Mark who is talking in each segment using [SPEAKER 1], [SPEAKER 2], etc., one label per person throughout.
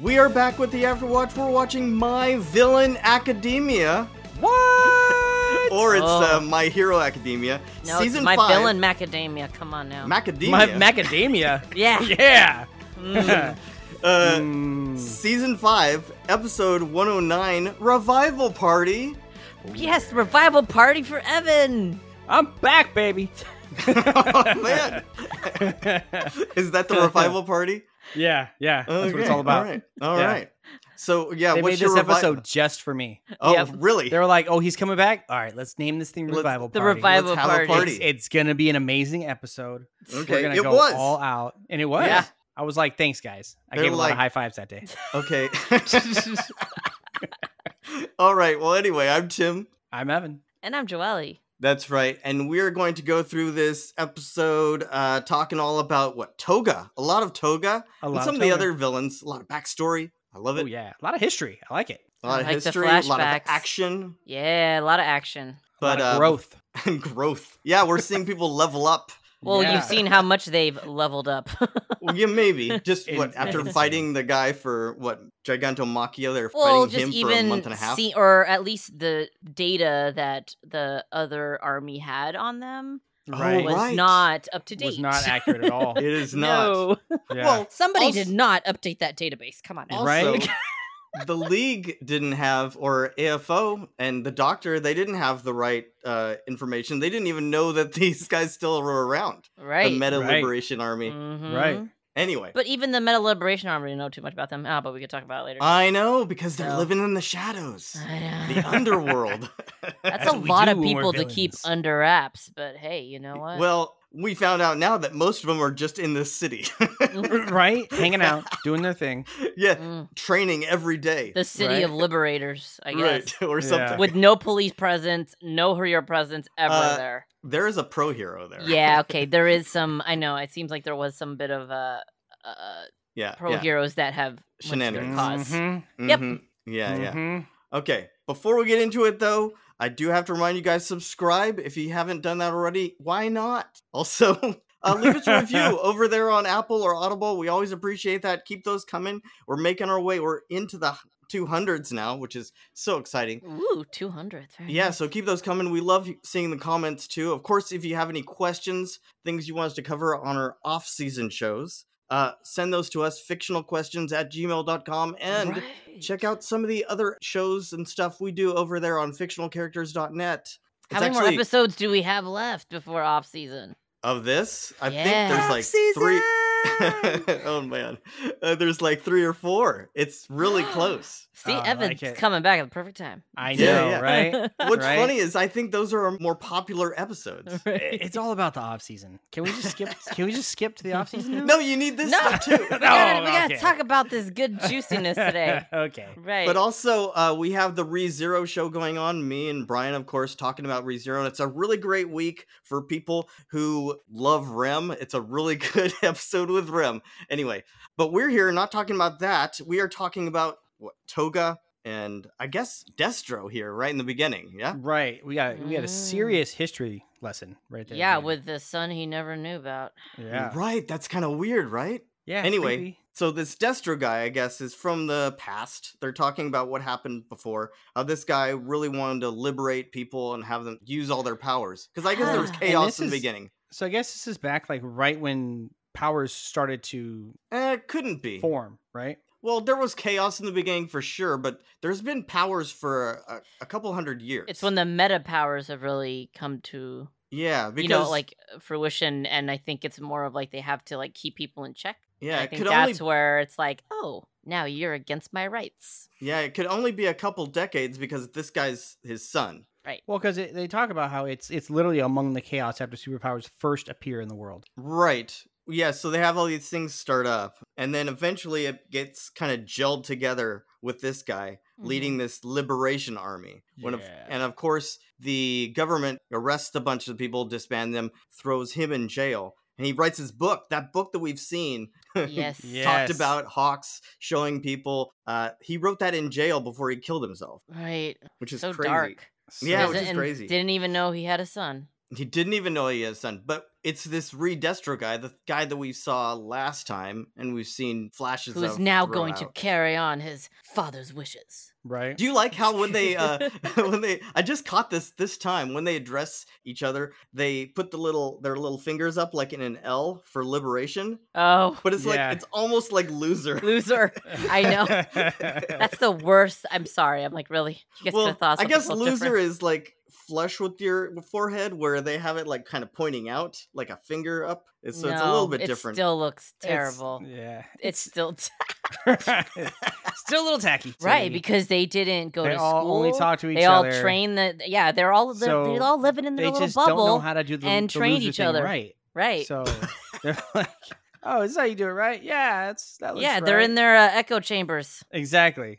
[SPEAKER 1] we are back with the Afterwatch. We're watching My Villain Academia,
[SPEAKER 2] What?
[SPEAKER 1] or it's
[SPEAKER 2] Oh.
[SPEAKER 1] uh, My Hero Academia,
[SPEAKER 3] No,
[SPEAKER 1] season
[SPEAKER 3] it's my
[SPEAKER 1] five.
[SPEAKER 3] villain macadamia. Come on now.
[SPEAKER 1] Macademia.
[SPEAKER 2] My macadamia.
[SPEAKER 3] Yeah.
[SPEAKER 2] Yeah.
[SPEAKER 1] uh,
[SPEAKER 2] Mm.
[SPEAKER 1] Season five, episode one hundred nine, revival party.
[SPEAKER 3] yes, revival party for Evan.
[SPEAKER 2] I'm back, baby.
[SPEAKER 1] oh man, is that the revival party?
[SPEAKER 2] Yeah, yeah. That's what it's all about.
[SPEAKER 1] All right. all right.
[SPEAKER 2] Yeah.
[SPEAKER 1] So yeah,
[SPEAKER 2] They
[SPEAKER 1] what's
[SPEAKER 2] made
[SPEAKER 1] your
[SPEAKER 2] this
[SPEAKER 1] revi-
[SPEAKER 2] episode just for me.
[SPEAKER 1] Oh
[SPEAKER 3] Yep.
[SPEAKER 1] really?
[SPEAKER 2] They were like, "Oh, he's coming back. All right, let's name this thing
[SPEAKER 1] Let's-
[SPEAKER 2] revival
[SPEAKER 3] The
[SPEAKER 2] party.
[SPEAKER 3] revival
[SPEAKER 1] Let's have a
[SPEAKER 3] party.
[SPEAKER 1] party.
[SPEAKER 2] It's, it's gonna be an amazing episode. We're
[SPEAKER 1] okay,
[SPEAKER 2] gonna
[SPEAKER 1] it
[SPEAKER 2] go
[SPEAKER 1] was
[SPEAKER 2] all out, and it was.
[SPEAKER 1] Yeah.
[SPEAKER 2] I was like, "Thanks, guys." I
[SPEAKER 1] They're
[SPEAKER 2] gave a lot
[SPEAKER 1] like-
[SPEAKER 2] of high fives that day.
[SPEAKER 1] okay. all right. Well, anyway, I'm Tim.
[SPEAKER 2] I'm Evan.
[SPEAKER 3] And I'm Joelle.
[SPEAKER 1] That's right. And we're going to go through this episode uh, talking all about what Toga, a lot of Toga,
[SPEAKER 2] A
[SPEAKER 1] and
[SPEAKER 2] lot
[SPEAKER 1] some of, the
[SPEAKER 2] Toga.
[SPEAKER 1] other villains, a lot of backstory. I love it.
[SPEAKER 2] Oh yeah, a lot of history. I like it.
[SPEAKER 1] A lot
[SPEAKER 3] I
[SPEAKER 1] of
[SPEAKER 3] like the
[SPEAKER 1] history, a lot of
[SPEAKER 3] flashbacks.
[SPEAKER 1] action,
[SPEAKER 3] Yeah, a lot of action.
[SPEAKER 2] A lot
[SPEAKER 1] but
[SPEAKER 2] of
[SPEAKER 1] uh,
[SPEAKER 2] growth.
[SPEAKER 1] and growth. Yeah, we're seeing people level up.
[SPEAKER 3] Well,
[SPEAKER 2] Yeah.
[SPEAKER 3] you've seen how much they've leveled up.
[SPEAKER 1] Well, yeah, maybe just what after
[SPEAKER 2] Insane.
[SPEAKER 1] fighting the guy for what Gigantomachia, they're
[SPEAKER 3] well,
[SPEAKER 1] fighting
[SPEAKER 3] just
[SPEAKER 1] him
[SPEAKER 3] even
[SPEAKER 1] for a month and a half.
[SPEAKER 3] see, or at least the data that the other army had on them
[SPEAKER 1] Oh,
[SPEAKER 2] Right.
[SPEAKER 3] was
[SPEAKER 1] Right.
[SPEAKER 3] not up to date.
[SPEAKER 2] was not accurate at all.
[SPEAKER 1] It is not.
[SPEAKER 3] No.
[SPEAKER 2] Yeah.
[SPEAKER 1] Well,
[SPEAKER 3] Somebody
[SPEAKER 1] Also-
[SPEAKER 3] did not update that database. Come on. now.
[SPEAKER 1] also,
[SPEAKER 2] Right?
[SPEAKER 1] the league didn't have, or AFO and the doctor, they didn't have the right uh, information. They didn't even know that these guys still were around.
[SPEAKER 3] Right.
[SPEAKER 1] The Meta
[SPEAKER 2] Right.
[SPEAKER 1] Liberation Army.
[SPEAKER 3] Mhm.
[SPEAKER 2] right.
[SPEAKER 1] Anyway,
[SPEAKER 3] But even the Meta Liberation Army didn't know too much about them. Ah, but we could talk about it later.
[SPEAKER 1] I know because they're
[SPEAKER 3] No.
[SPEAKER 1] living in the shadows,
[SPEAKER 3] I know.
[SPEAKER 1] the underworld.
[SPEAKER 3] That's,
[SPEAKER 2] That's
[SPEAKER 3] a
[SPEAKER 2] what we
[SPEAKER 3] lot
[SPEAKER 2] do
[SPEAKER 3] of
[SPEAKER 2] when we're
[SPEAKER 3] people to keep
[SPEAKER 2] villains.
[SPEAKER 3] under wraps, but hey, you know what?
[SPEAKER 1] well, we found out now that most of them are just in this city.
[SPEAKER 2] right, hanging out, doing their thing.
[SPEAKER 1] yeah,
[SPEAKER 3] Mm-hmm. Mm,
[SPEAKER 1] training every day.
[SPEAKER 3] the city
[SPEAKER 2] Right.
[SPEAKER 3] of liberators, I guess.
[SPEAKER 1] right, or
[SPEAKER 2] Yeah.
[SPEAKER 1] something.
[SPEAKER 3] With no police presence, no hero presence ever
[SPEAKER 1] Uh,
[SPEAKER 3] there.
[SPEAKER 1] There is a pro hero there.
[SPEAKER 3] Yeah, okay. There is some. I know. It seems like there was some bit of uh, uh,
[SPEAKER 1] yeah,
[SPEAKER 3] pro
[SPEAKER 1] yeah.
[SPEAKER 3] heroes that have what's their
[SPEAKER 1] Shenanigans.
[SPEAKER 3] cause.
[SPEAKER 2] Mhm,
[SPEAKER 3] Yep.
[SPEAKER 1] Mhm. Yeah, yeah.
[SPEAKER 2] mhm.
[SPEAKER 1] Okay, before we get into it though, I do have to remind you guys subscribe if you haven't done that already. Why not? Also, uh, leave us a review over there on Apple or Audible. We always appreciate that. Keep those coming. We're making our way. We're into the 200s now, which is so exciting.
[SPEAKER 3] Ooh, 200. Very
[SPEAKER 1] Mm-hmm. Yeah,
[SPEAKER 3] nice.
[SPEAKER 1] so keep those coming. We love seeing the comments too. Of course, if you have any questions, things you want us to cover on our off season shows, uh, send those to us, fictionalquestions at gmail.com. And
[SPEAKER 3] Right.
[SPEAKER 1] check out some of the other shows and stuff we do over there on fictionalcharacters.net.
[SPEAKER 3] How
[SPEAKER 1] It's
[SPEAKER 3] many more
[SPEAKER 1] actually-
[SPEAKER 3] episodes do we have left before off season?
[SPEAKER 1] of this? I
[SPEAKER 3] Yeah.
[SPEAKER 1] think there's like three. oh man, uh, there's like three or four. It's really close.
[SPEAKER 3] See,
[SPEAKER 2] Oh, I
[SPEAKER 3] Evan's
[SPEAKER 2] like it.
[SPEAKER 3] coming back at the perfect time.
[SPEAKER 2] I know,
[SPEAKER 1] Yeah, yeah.
[SPEAKER 2] right?
[SPEAKER 1] What's
[SPEAKER 2] Right.
[SPEAKER 1] funny is I think those are our more popular episodes.
[SPEAKER 2] It's all about the off season. Can we just skip? Can we just skip to the off season?
[SPEAKER 1] No, you need this
[SPEAKER 3] No.
[SPEAKER 1] stuff too.
[SPEAKER 3] we gotta,
[SPEAKER 2] Oh,
[SPEAKER 3] we gotta
[SPEAKER 2] okay.
[SPEAKER 3] talk about this good juiciness today.
[SPEAKER 2] okay.
[SPEAKER 3] Right.
[SPEAKER 1] But also, uh, we have the ReZero show going on. Me and Brian, of course, talking about ReZero. And it's a really great week for people who love Rem. It's a really good episode with Rem. Anyway, but we're here not talking about that. We are talking about what Toga and I guess Destro here, right in the beginning. Yeah.
[SPEAKER 2] Right. We got we got a
[SPEAKER 3] Mm.
[SPEAKER 2] serious history lesson right there.
[SPEAKER 3] yeah,
[SPEAKER 2] at the end.
[SPEAKER 3] with the son he never knew about.
[SPEAKER 2] yeah.
[SPEAKER 1] Right. That's kind of weird, right?
[SPEAKER 2] Yeah.
[SPEAKER 1] Mm-hmm. Anyway,
[SPEAKER 2] creepy.
[SPEAKER 1] So this Destro guy, I guess, is from the past. They're talking about what happened before. Uh, this guy really wanted to liberate people and have them use all their powers because I guess there was
[SPEAKER 3] Ah, and
[SPEAKER 1] chaos
[SPEAKER 2] this
[SPEAKER 1] in the
[SPEAKER 2] is-
[SPEAKER 1] beginning.
[SPEAKER 2] So I guess this is back like right when powers started to
[SPEAKER 1] Eh, it couldn't be.
[SPEAKER 2] form, right?
[SPEAKER 1] Well, there was chaos in the beginning for sure, but there's been powers for a, a couple hundred years.
[SPEAKER 3] It's when the meta powers have really come to
[SPEAKER 1] yeah, because
[SPEAKER 3] you know like uh, fruition, and I think it's more of like they have to like keep people in check. And
[SPEAKER 1] yeah,
[SPEAKER 3] I
[SPEAKER 1] it
[SPEAKER 3] think
[SPEAKER 1] could
[SPEAKER 3] that's
[SPEAKER 1] only
[SPEAKER 3] where it's like, oh, now you're against my rights.
[SPEAKER 1] yeah, it could only be a couple decades because this guy's his son.
[SPEAKER 2] Well, because they talk about how it's it's literally among the chaos after superpowers first appear in the world.
[SPEAKER 1] Right. Yeah, so they have all these things start up, and then eventually it gets kind of gelled together with this guy
[SPEAKER 3] Mm-hmm.
[SPEAKER 1] leading this liberation army. When of-
[SPEAKER 2] Yeah.
[SPEAKER 1] and of course, the government arrests a bunch of people, disband them, throws him in jail, and he writes his book, that book that we've seen.
[SPEAKER 2] Mm-hmm.
[SPEAKER 3] Yes.
[SPEAKER 1] Talked
[SPEAKER 2] Yes.
[SPEAKER 1] about Hawks showing people. Uh, he wrote that in jail before he killed himself,
[SPEAKER 3] Right.
[SPEAKER 1] which is
[SPEAKER 3] so
[SPEAKER 1] crazy.
[SPEAKER 3] dark.
[SPEAKER 2] So-
[SPEAKER 1] Yeah,
[SPEAKER 3] Doesn't-
[SPEAKER 1] which is
[SPEAKER 3] and
[SPEAKER 1] crazy.
[SPEAKER 3] Didn't even know he had a son.
[SPEAKER 1] He didn't even know he had a son. But it's this Reed Destro guy, the guy that we saw last time, and we've seen flashes
[SPEAKER 3] who's
[SPEAKER 1] of
[SPEAKER 3] now going to
[SPEAKER 1] throughout.
[SPEAKER 3] carry on his father's wishes.
[SPEAKER 2] right?
[SPEAKER 1] Do you like how when they uh when they I just caught this this time when they address each other, they put the little their little fingers up like in an L for liberation,
[SPEAKER 3] Oh,
[SPEAKER 1] but it's
[SPEAKER 2] Yeah.
[SPEAKER 1] like it's almost like loser.
[SPEAKER 3] loser. I know. That's the worst. I'm sorry. I'm like, really? You guys could
[SPEAKER 1] well,
[SPEAKER 3] have thought
[SPEAKER 1] I
[SPEAKER 3] something
[SPEAKER 1] guess
[SPEAKER 3] so
[SPEAKER 1] loser
[SPEAKER 3] different.
[SPEAKER 1] is like flush with your forehead where they have it like kind of pointing out like a finger up. It's- So it's a little
[SPEAKER 3] No,
[SPEAKER 1] bit different.
[SPEAKER 3] It still looks
[SPEAKER 2] It's-
[SPEAKER 3] terrible. It's,
[SPEAKER 2] yeah,
[SPEAKER 3] still t-
[SPEAKER 2] still a little tacky, to
[SPEAKER 3] right
[SPEAKER 2] me.
[SPEAKER 3] because they didn't go
[SPEAKER 2] they
[SPEAKER 3] to
[SPEAKER 2] all
[SPEAKER 3] school.
[SPEAKER 2] only talk to each
[SPEAKER 3] they all
[SPEAKER 2] other.
[SPEAKER 3] train the yeah. They're all li-
[SPEAKER 2] So
[SPEAKER 3] they're all living in
[SPEAKER 2] They
[SPEAKER 3] their little
[SPEAKER 2] just don't know
[SPEAKER 3] bubble,
[SPEAKER 2] how to do the
[SPEAKER 3] and
[SPEAKER 2] the
[SPEAKER 3] train
[SPEAKER 2] loser
[SPEAKER 3] each
[SPEAKER 2] thing
[SPEAKER 3] other.
[SPEAKER 2] right.
[SPEAKER 3] right?
[SPEAKER 2] So they're like, "Oh, this is how you do it, right? Yeah, that's that looks
[SPEAKER 3] yeah, they're in
[SPEAKER 2] right."
[SPEAKER 3] their uh, echo chambers.
[SPEAKER 2] exactly."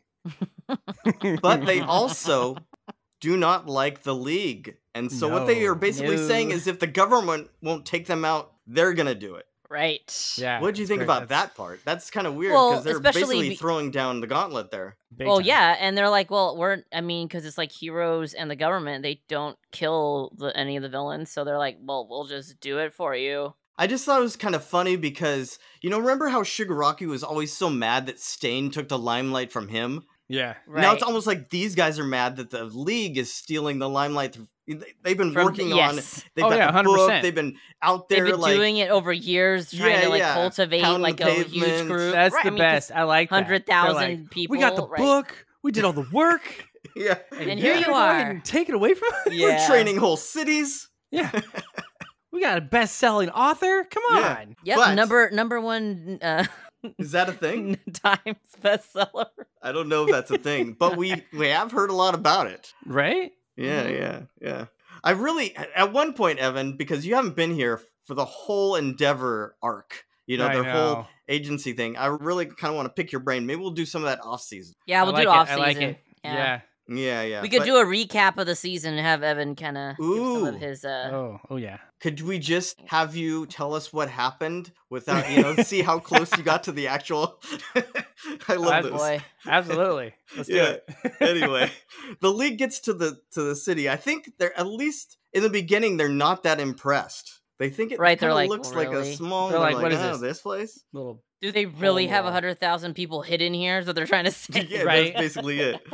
[SPEAKER 1] but they also do not like the league. And so what they are
[SPEAKER 2] No.
[SPEAKER 1] basically saying
[SPEAKER 3] No.
[SPEAKER 1] is if the government won't take them out, they're going to do it.
[SPEAKER 3] Right.
[SPEAKER 2] yeah.
[SPEAKER 1] what do you
[SPEAKER 2] that's
[SPEAKER 1] think
[SPEAKER 2] great.
[SPEAKER 1] about
[SPEAKER 2] That's
[SPEAKER 1] that part? That's kind of weird
[SPEAKER 3] Well,
[SPEAKER 1] because they're
[SPEAKER 3] especially
[SPEAKER 1] basically
[SPEAKER 3] be-
[SPEAKER 1] throwing down the gauntlet there.
[SPEAKER 2] big
[SPEAKER 3] well,
[SPEAKER 2] time.
[SPEAKER 3] Oh, yeah, and they're like, well, we're I mean, because it's like heroes and the government, they don't kill the, any of the villains, so they're like, well, we'll just do it for you.
[SPEAKER 1] I just thought it was kind of funny because you know remember how Shigaraki was always so mad that Stain took the limelight from him.
[SPEAKER 2] yeah.
[SPEAKER 3] Right.
[SPEAKER 1] Now it's almost like these guys are mad that the league is stealing the limelight. They- They've been
[SPEAKER 3] From-
[SPEAKER 1] working on.
[SPEAKER 3] yes.
[SPEAKER 1] They've
[SPEAKER 2] Oh,
[SPEAKER 1] got
[SPEAKER 2] yeah,
[SPEAKER 1] the book.
[SPEAKER 2] 100%.
[SPEAKER 1] They've been out
[SPEAKER 3] They've
[SPEAKER 1] there
[SPEAKER 3] been
[SPEAKER 1] like
[SPEAKER 3] doing it over years, trying
[SPEAKER 1] Yeah,
[SPEAKER 3] to like
[SPEAKER 1] yeah.
[SPEAKER 3] cultivate
[SPEAKER 1] Pounding
[SPEAKER 3] like
[SPEAKER 1] the
[SPEAKER 3] a huge
[SPEAKER 1] pavement.
[SPEAKER 3] group.
[SPEAKER 2] That's
[SPEAKER 3] Right,
[SPEAKER 2] the
[SPEAKER 3] I mean, 'cause
[SPEAKER 2] best. I like that. They're
[SPEAKER 3] Hundred thousand
[SPEAKER 2] like,
[SPEAKER 3] people.
[SPEAKER 2] We got the
[SPEAKER 3] right.
[SPEAKER 2] book. We did all the work.
[SPEAKER 1] yeah.
[SPEAKER 3] And
[SPEAKER 1] here
[SPEAKER 2] you're
[SPEAKER 1] you
[SPEAKER 2] gonna go ahead
[SPEAKER 3] are.
[SPEAKER 2] and Take it away from us.
[SPEAKER 1] We're
[SPEAKER 3] Yeah.
[SPEAKER 1] training whole cities.
[SPEAKER 2] Yeah. we got a best-selling author. Come
[SPEAKER 1] Yeah.
[SPEAKER 2] on.
[SPEAKER 3] Yep,
[SPEAKER 1] But-
[SPEAKER 3] number number one uh,
[SPEAKER 1] Is that a thing?
[SPEAKER 3] Times bestseller.
[SPEAKER 1] I don't know if that's a thing, but we we have heard a lot about it.
[SPEAKER 2] Right?
[SPEAKER 1] Yeah,
[SPEAKER 3] Mhm.
[SPEAKER 1] yeah, yeah. I really at one point, Evan, because you haven't been here for the whole Endeavor arc, you know,
[SPEAKER 2] I
[SPEAKER 1] their whole
[SPEAKER 2] know.
[SPEAKER 1] agency thing. I really kind of want to pick your brain. Maybe we'll do some of that off season.
[SPEAKER 3] Yeah,
[SPEAKER 2] I
[SPEAKER 3] we'll
[SPEAKER 2] like
[SPEAKER 3] do
[SPEAKER 2] it.
[SPEAKER 3] off
[SPEAKER 2] I
[SPEAKER 3] season.
[SPEAKER 2] like it. Yeah.
[SPEAKER 1] Yeah, yeah.
[SPEAKER 3] we could
[SPEAKER 1] but
[SPEAKER 3] do a recap of the season and have Evan kind of give some of
[SPEAKER 1] Ooh.
[SPEAKER 3] his. Uh,
[SPEAKER 2] Oh, oh yeah.
[SPEAKER 1] Could we just have you tell us what happened without you know see how close you got to the actual? I love
[SPEAKER 2] I'd
[SPEAKER 1] this.
[SPEAKER 3] boy,
[SPEAKER 2] Absolutely. Let's
[SPEAKER 1] Yeah.
[SPEAKER 2] do it.
[SPEAKER 1] anyway, the league gets to the to the city. I think they're at least in the beginning they're not that impressed. They think it
[SPEAKER 3] Right, they're
[SPEAKER 1] kinda
[SPEAKER 3] like,
[SPEAKER 1] looks like a
[SPEAKER 3] "Really?"
[SPEAKER 1] small.
[SPEAKER 2] They're
[SPEAKER 1] they're
[SPEAKER 2] like, "What is
[SPEAKER 1] "Oh,
[SPEAKER 2] this?"
[SPEAKER 1] this place?
[SPEAKER 2] little
[SPEAKER 3] do they really have
[SPEAKER 2] Homo.
[SPEAKER 3] have hundred thousand people hidden here? Is what they're trying to say.
[SPEAKER 1] yeah,
[SPEAKER 2] Right.
[SPEAKER 1] that's basically it.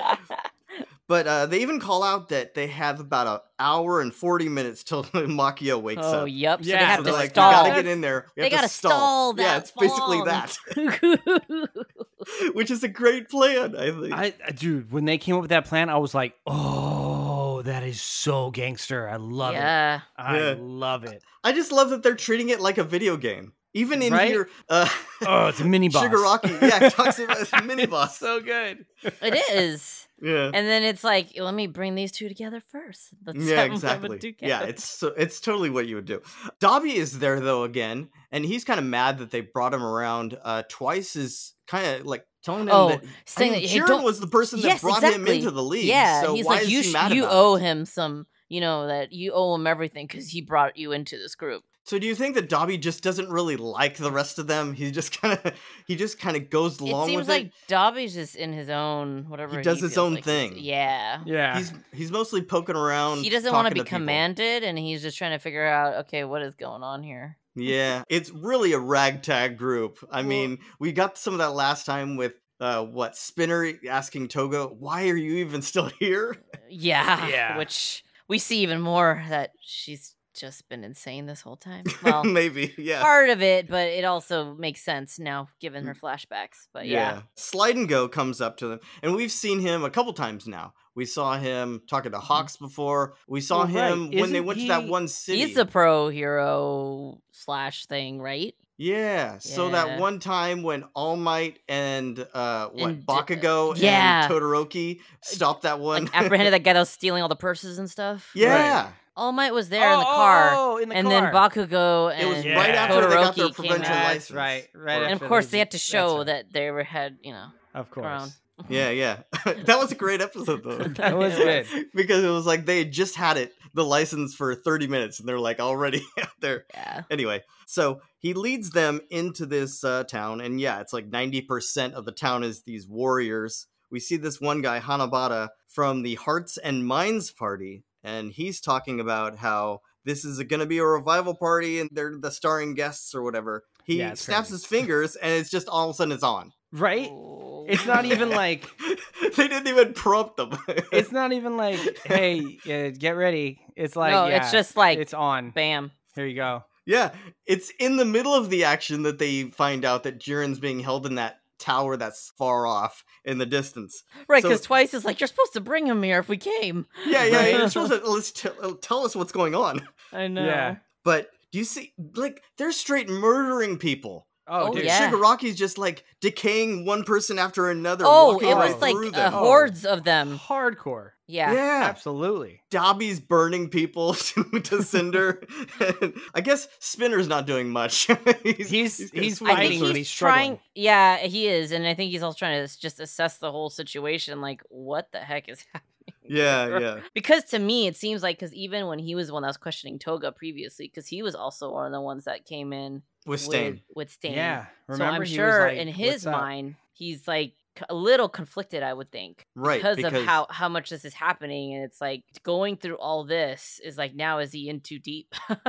[SPEAKER 1] But uh, they even call out that they have about an hour and forty minutes till Makia wakes
[SPEAKER 3] oh,
[SPEAKER 1] up.
[SPEAKER 3] yep. So
[SPEAKER 2] Yeah,
[SPEAKER 3] they
[SPEAKER 1] So
[SPEAKER 3] have
[SPEAKER 1] they're
[SPEAKER 3] to
[SPEAKER 1] like,
[SPEAKER 3] stall.
[SPEAKER 1] we gotta get in there. We
[SPEAKER 3] They
[SPEAKER 1] have to
[SPEAKER 3] gotta stall
[SPEAKER 1] Yeah,
[SPEAKER 3] that
[SPEAKER 1] it's basically
[SPEAKER 3] long.
[SPEAKER 1] that, which is a great plan. I think.
[SPEAKER 2] I I- dude, when they came up with that plan, I was like, "Oh, that is so gangster. I love it.
[SPEAKER 3] yeah.
[SPEAKER 2] I
[SPEAKER 1] Yeah.
[SPEAKER 2] love it.
[SPEAKER 1] I just love that they're treating it like a video game. Even in
[SPEAKER 2] Right?
[SPEAKER 1] here, uh,
[SPEAKER 2] Oh, it's a mini boss.
[SPEAKER 1] Shigaraki, yeah, talks about his mini
[SPEAKER 2] It's
[SPEAKER 1] boss.
[SPEAKER 2] so good.
[SPEAKER 3] It is.
[SPEAKER 1] yeah,
[SPEAKER 3] And then it's like, let me bring these two together first. Let's
[SPEAKER 1] yeah,
[SPEAKER 3] have them do
[SPEAKER 1] exactly. Yeah,
[SPEAKER 3] together.
[SPEAKER 1] it's so, it's totally what you would do. Dobby is there though again, and he's kind of mad that they brought him around uh, twice. Is kind of like telling him
[SPEAKER 3] Oh,
[SPEAKER 1] that. I
[SPEAKER 3] saying
[SPEAKER 1] mean,
[SPEAKER 3] that, hey,
[SPEAKER 1] Jiren
[SPEAKER 3] don't-
[SPEAKER 1] was the person that
[SPEAKER 3] Yes,
[SPEAKER 1] brought him
[SPEAKER 3] exactly.
[SPEAKER 1] into the league.
[SPEAKER 3] yeah,
[SPEAKER 1] so
[SPEAKER 3] he's
[SPEAKER 1] why
[SPEAKER 3] like,
[SPEAKER 1] is
[SPEAKER 3] you
[SPEAKER 1] he
[SPEAKER 3] sh-
[SPEAKER 1] mad
[SPEAKER 3] you
[SPEAKER 1] about
[SPEAKER 3] owe
[SPEAKER 1] it?
[SPEAKER 3] him some, you know, that you owe him everything because he brought you into this group.
[SPEAKER 1] So do you think that Dobby just doesn't really like the rest of them? He just kind of he just kind of goes along
[SPEAKER 3] it seems
[SPEAKER 1] with
[SPEAKER 3] like
[SPEAKER 1] it.
[SPEAKER 3] Dobby's just in his own whatever.
[SPEAKER 1] He does his
[SPEAKER 3] feels
[SPEAKER 1] own
[SPEAKER 3] like he's-
[SPEAKER 1] thing.
[SPEAKER 3] Yeah.
[SPEAKER 2] Yeah.
[SPEAKER 1] He's he's mostly poking around.
[SPEAKER 3] He doesn't want to
[SPEAKER 1] talking
[SPEAKER 3] be
[SPEAKER 1] people.
[SPEAKER 3] commanded, and he's just trying to figure out, okay, what is going on here?
[SPEAKER 1] Yeah, it's really a ragtag group. I
[SPEAKER 3] Well-
[SPEAKER 1] mean, we got some of that last time with uh, what Spinner asking Togo, "Why are you even still here?"
[SPEAKER 3] Uh, Yeah.
[SPEAKER 2] Yeah.
[SPEAKER 3] Which we see even more that she's just been insane this whole time. Well,
[SPEAKER 1] Maybe, yeah. Mm.
[SPEAKER 3] part of it, but it also makes sense now given her flashbacks. But yeah.
[SPEAKER 1] Slide and Go comes up to them, and we've seen him a couple times now. We saw him talking to
[SPEAKER 3] Mm-hmm.
[SPEAKER 1] Hawks before. We saw
[SPEAKER 2] Well, right,
[SPEAKER 1] him when they
[SPEAKER 2] isn't
[SPEAKER 1] went to that
[SPEAKER 2] he-
[SPEAKER 1] one city.
[SPEAKER 3] He's a pro hero slash thing, right?
[SPEAKER 1] Yeah. So that
[SPEAKER 3] Yeah.
[SPEAKER 1] one time when All Might and uh what
[SPEAKER 3] And d-
[SPEAKER 1] Bakugo
[SPEAKER 3] yeah.
[SPEAKER 1] and
[SPEAKER 3] Uh,
[SPEAKER 1] Todoroki stopped that one.
[SPEAKER 3] Like apprehended that guy that was stealing all the purses and stuff.
[SPEAKER 1] yeah.
[SPEAKER 3] All Might was there in the
[SPEAKER 2] Oh,
[SPEAKER 3] car.
[SPEAKER 2] oh, in the
[SPEAKER 3] and
[SPEAKER 2] car.
[SPEAKER 3] then Bakugo
[SPEAKER 1] It
[SPEAKER 3] and
[SPEAKER 1] was
[SPEAKER 2] and
[SPEAKER 1] right after they got their
[SPEAKER 3] Todoroki came
[SPEAKER 1] provincial
[SPEAKER 3] out.
[SPEAKER 1] license.
[SPEAKER 2] That's right, right
[SPEAKER 1] Or-
[SPEAKER 2] after-
[SPEAKER 3] and of
[SPEAKER 2] After
[SPEAKER 3] course
[SPEAKER 2] they
[SPEAKER 3] they had to
[SPEAKER 2] did-
[SPEAKER 3] show
[SPEAKER 2] that's
[SPEAKER 3] that they were had, you know,
[SPEAKER 2] of course.
[SPEAKER 3] around.
[SPEAKER 1] yeah, yeah. that was a great episode though.
[SPEAKER 2] That was good.
[SPEAKER 1] because it was like they had just had it the license for 30 minutes and they're like already out there.
[SPEAKER 3] Yeah.
[SPEAKER 1] Anyway, so he leads them into this uh, town and yeah, it's like 90% of the town is these warriors. We see this one guy Hanabata from the Hearts and Minds party and he's talking about how this is going to be a revival party and they're the starring guests or whatever. He
[SPEAKER 2] Yeah, it's
[SPEAKER 1] snaps
[SPEAKER 2] crazy.
[SPEAKER 1] his fingers and it's just all of a sudden it's on.
[SPEAKER 2] right?
[SPEAKER 3] Oh.
[SPEAKER 2] It's not even like
[SPEAKER 1] they didn't even prompt them.
[SPEAKER 2] it's not even like hey, uh, get ready. It's like
[SPEAKER 3] no,
[SPEAKER 2] yeah,
[SPEAKER 3] it's just like
[SPEAKER 2] it's on.
[SPEAKER 3] bam.
[SPEAKER 2] Here you go.
[SPEAKER 1] yeah, it's in the middle of the action that they find out that Jiren's being held in that tower that's far off in the distance.
[SPEAKER 3] Right,
[SPEAKER 1] So-
[SPEAKER 3] because twice is like you're supposed to bring him here if we came.
[SPEAKER 1] Yeah, yeah,
[SPEAKER 3] Right.
[SPEAKER 1] you're supposed to let's t- uh, tell us what's going on.
[SPEAKER 3] I know.
[SPEAKER 2] Yeah.
[SPEAKER 1] But do you see, like, they're straight murdering people.
[SPEAKER 2] Oh,
[SPEAKER 3] Oh,
[SPEAKER 2] dude.
[SPEAKER 3] yeah.
[SPEAKER 1] Shigaraki's just like decaying one person after another.
[SPEAKER 3] Oh,
[SPEAKER 1] walking
[SPEAKER 3] it
[SPEAKER 1] right
[SPEAKER 3] was like
[SPEAKER 1] through
[SPEAKER 3] uh,
[SPEAKER 1] them.
[SPEAKER 3] hordes of them.
[SPEAKER 2] Hardcore.
[SPEAKER 3] Yeah.
[SPEAKER 2] Absolutely.
[SPEAKER 1] Dobby's burning people to, to Cinder. I guess Spinner's not doing much. he's
[SPEAKER 2] He's he's,
[SPEAKER 1] gonna swing
[SPEAKER 3] I
[SPEAKER 2] fighting,
[SPEAKER 3] think
[SPEAKER 1] into
[SPEAKER 2] but
[SPEAKER 1] it.
[SPEAKER 3] he's,
[SPEAKER 2] he's struggling.
[SPEAKER 3] trying. Yeah, he is, and I think he's also trying to s- just assess the whole situation. Like, what the heck is happening?
[SPEAKER 1] Yeah,
[SPEAKER 3] here?
[SPEAKER 1] yeah.
[SPEAKER 3] Because to me, it seems like because even when he was the one that was questioning Toga previously, because he was also one of the ones that came in
[SPEAKER 1] With Stain.
[SPEAKER 3] with, with Stain.
[SPEAKER 2] Yeah.
[SPEAKER 3] so
[SPEAKER 2] Remember
[SPEAKER 3] I'm
[SPEAKER 2] he was
[SPEAKER 3] sure
[SPEAKER 2] like,
[SPEAKER 3] in
[SPEAKER 2] "What's
[SPEAKER 3] his
[SPEAKER 2] up?"
[SPEAKER 3] mind, he's like c- a little conflicted. I would think.
[SPEAKER 1] right.
[SPEAKER 3] because, of how how much this is happening and it's like going through all this is like now is he in too deep 'Cause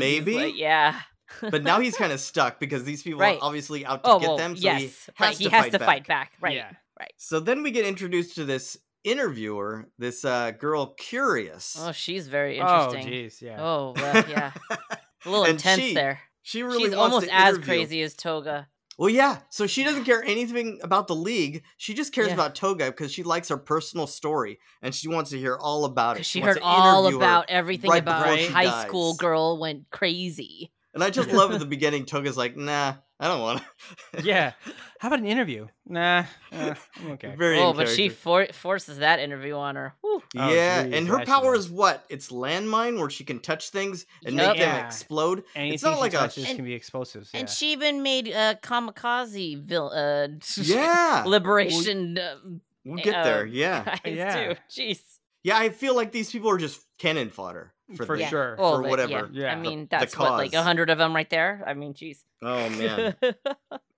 [SPEAKER 3] he's
[SPEAKER 1] Maybe?
[SPEAKER 3] like, yeah
[SPEAKER 1] But now he's kind of stuck because these people
[SPEAKER 3] Right.
[SPEAKER 1] are obviously out to
[SPEAKER 3] oh
[SPEAKER 1] get
[SPEAKER 3] well,
[SPEAKER 1] them. So
[SPEAKER 3] yes
[SPEAKER 1] he has
[SPEAKER 3] right
[SPEAKER 1] to
[SPEAKER 3] he has
[SPEAKER 1] fight
[SPEAKER 3] to
[SPEAKER 1] back.
[SPEAKER 3] fight back right
[SPEAKER 2] Yeah.
[SPEAKER 1] So then we get introduced to this interviewer, this uh, girl, Curious.
[SPEAKER 3] oh she's very
[SPEAKER 2] Oh,
[SPEAKER 3] interesting
[SPEAKER 2] jeez. Yeah.
[SPEAKER 3] oh, well yeah a little
[SPEAKER 1] And
[SPEAKER 3] intense
[SPEAKER 1] she
[SPEAKER 3] there
[SPEAKER 1] She really
[SPEAKER 3] she's
[SPEAKER 1] wants
[SPEAKER 3] almost
[SPEAKER 1] to
[SPEAKER 3] as
[SPEAKER 1] interview-
[SPEAKER 3] crazy as toga
[SPEAKER 1] Well, yeah. So she doesn't care anything about the league. She just cares
[SPEAKER 3] Yeah.
[SPEAKER 1] about Toga because she likes her personal story and she wants to hear all about it.
[SPEAKER 3] because she
[SPEAKER 1] wants
[SPEAKER 3] heard
[SPEAKER 1] to
[SPEAKER 3] all
[SPEAKER 1] interview her.
[SPEAKER 3] about everything
[SPEAKER 1] right
[SPEAKER 3] about
[SPEAKER 2] before
[SPEAKER 3] how
[SPEAKER 2] she
[SPEAKER 3] high school
[SPEAKER 1] dies.
[SPEAKER 3] girl went crazy
[SPEAKER 1] And I just love at the beginning, Toga's like, nah, I don't want to.
[SPEAKER 2] yeah. How about an interview? Nah. uh, I'm okay.
[SPEAKER 1] Very
[SPEAKER 3] oh
[SPEAKER 1] in
[SPEAKER 3] but she
[SPEAKER 1] character.
[SPEAKER 3] for- forces that interview on her Whew.
[SPEAKER 2] Oh,
[SPEAKER 1] yeah,
[SPEAKER 2] geez,
[SPEAKER 1] and her
[SPEAKER 2] yeah, she
[SPEAKER 1] power
[SPEAKER 2] does.
[SPEAKER 1] is what? It's landmine where she can touch things and
[SPEAKER 3] Yup.
[SPEAKER 1] make them
[SPEAKER 2] Yeah.
[SPEAKER 1] explode.
[SPEAKER 2] Anything
[SPEAKER 1] It's not
[SPEAKER 2] she
[SPEAKER 1] like a-
[SPEAKER 2] touches
[SPEAKER 3] and-
[SPEAKER 2] can be explosives. Yeah.
[SPEAKER 3] And she even made uh, kamikaze vil- uh,
[SPEAKER 1] Yeah,
[SPEAKER 3] liberation uh,
[SPEAKER 1] we'll get there. Yeah,
[SPEAKER 3] guys
[SPEAKER 2] Yeah.
[SPEAKER 3] too. Jeez.
[SPEAKER 1] yeah. I feel like these people are just cannon fodder for,
[SPEAKER 2] For
[SPEAKER 1] this.
[SPEAKER 3] yeah. Oh,
[SPEAKER 2] sure.
[SPEAKER 1] Well-
[SPEAKER 3] All of it,
[SPEAKER 1] whatever.
[SPEAKER 3] Yeah. I
[SPEAKER 2] Yeah. The-
[SPEAKER 3] mean,
[SPEAKER 1] the
[SPEAKER 3] that's what like a
[SPEAKER 1] cause.
[SPEAKER 3] hundred of them right there. I mean, jeez.
[SPEAKER 1] Oh man.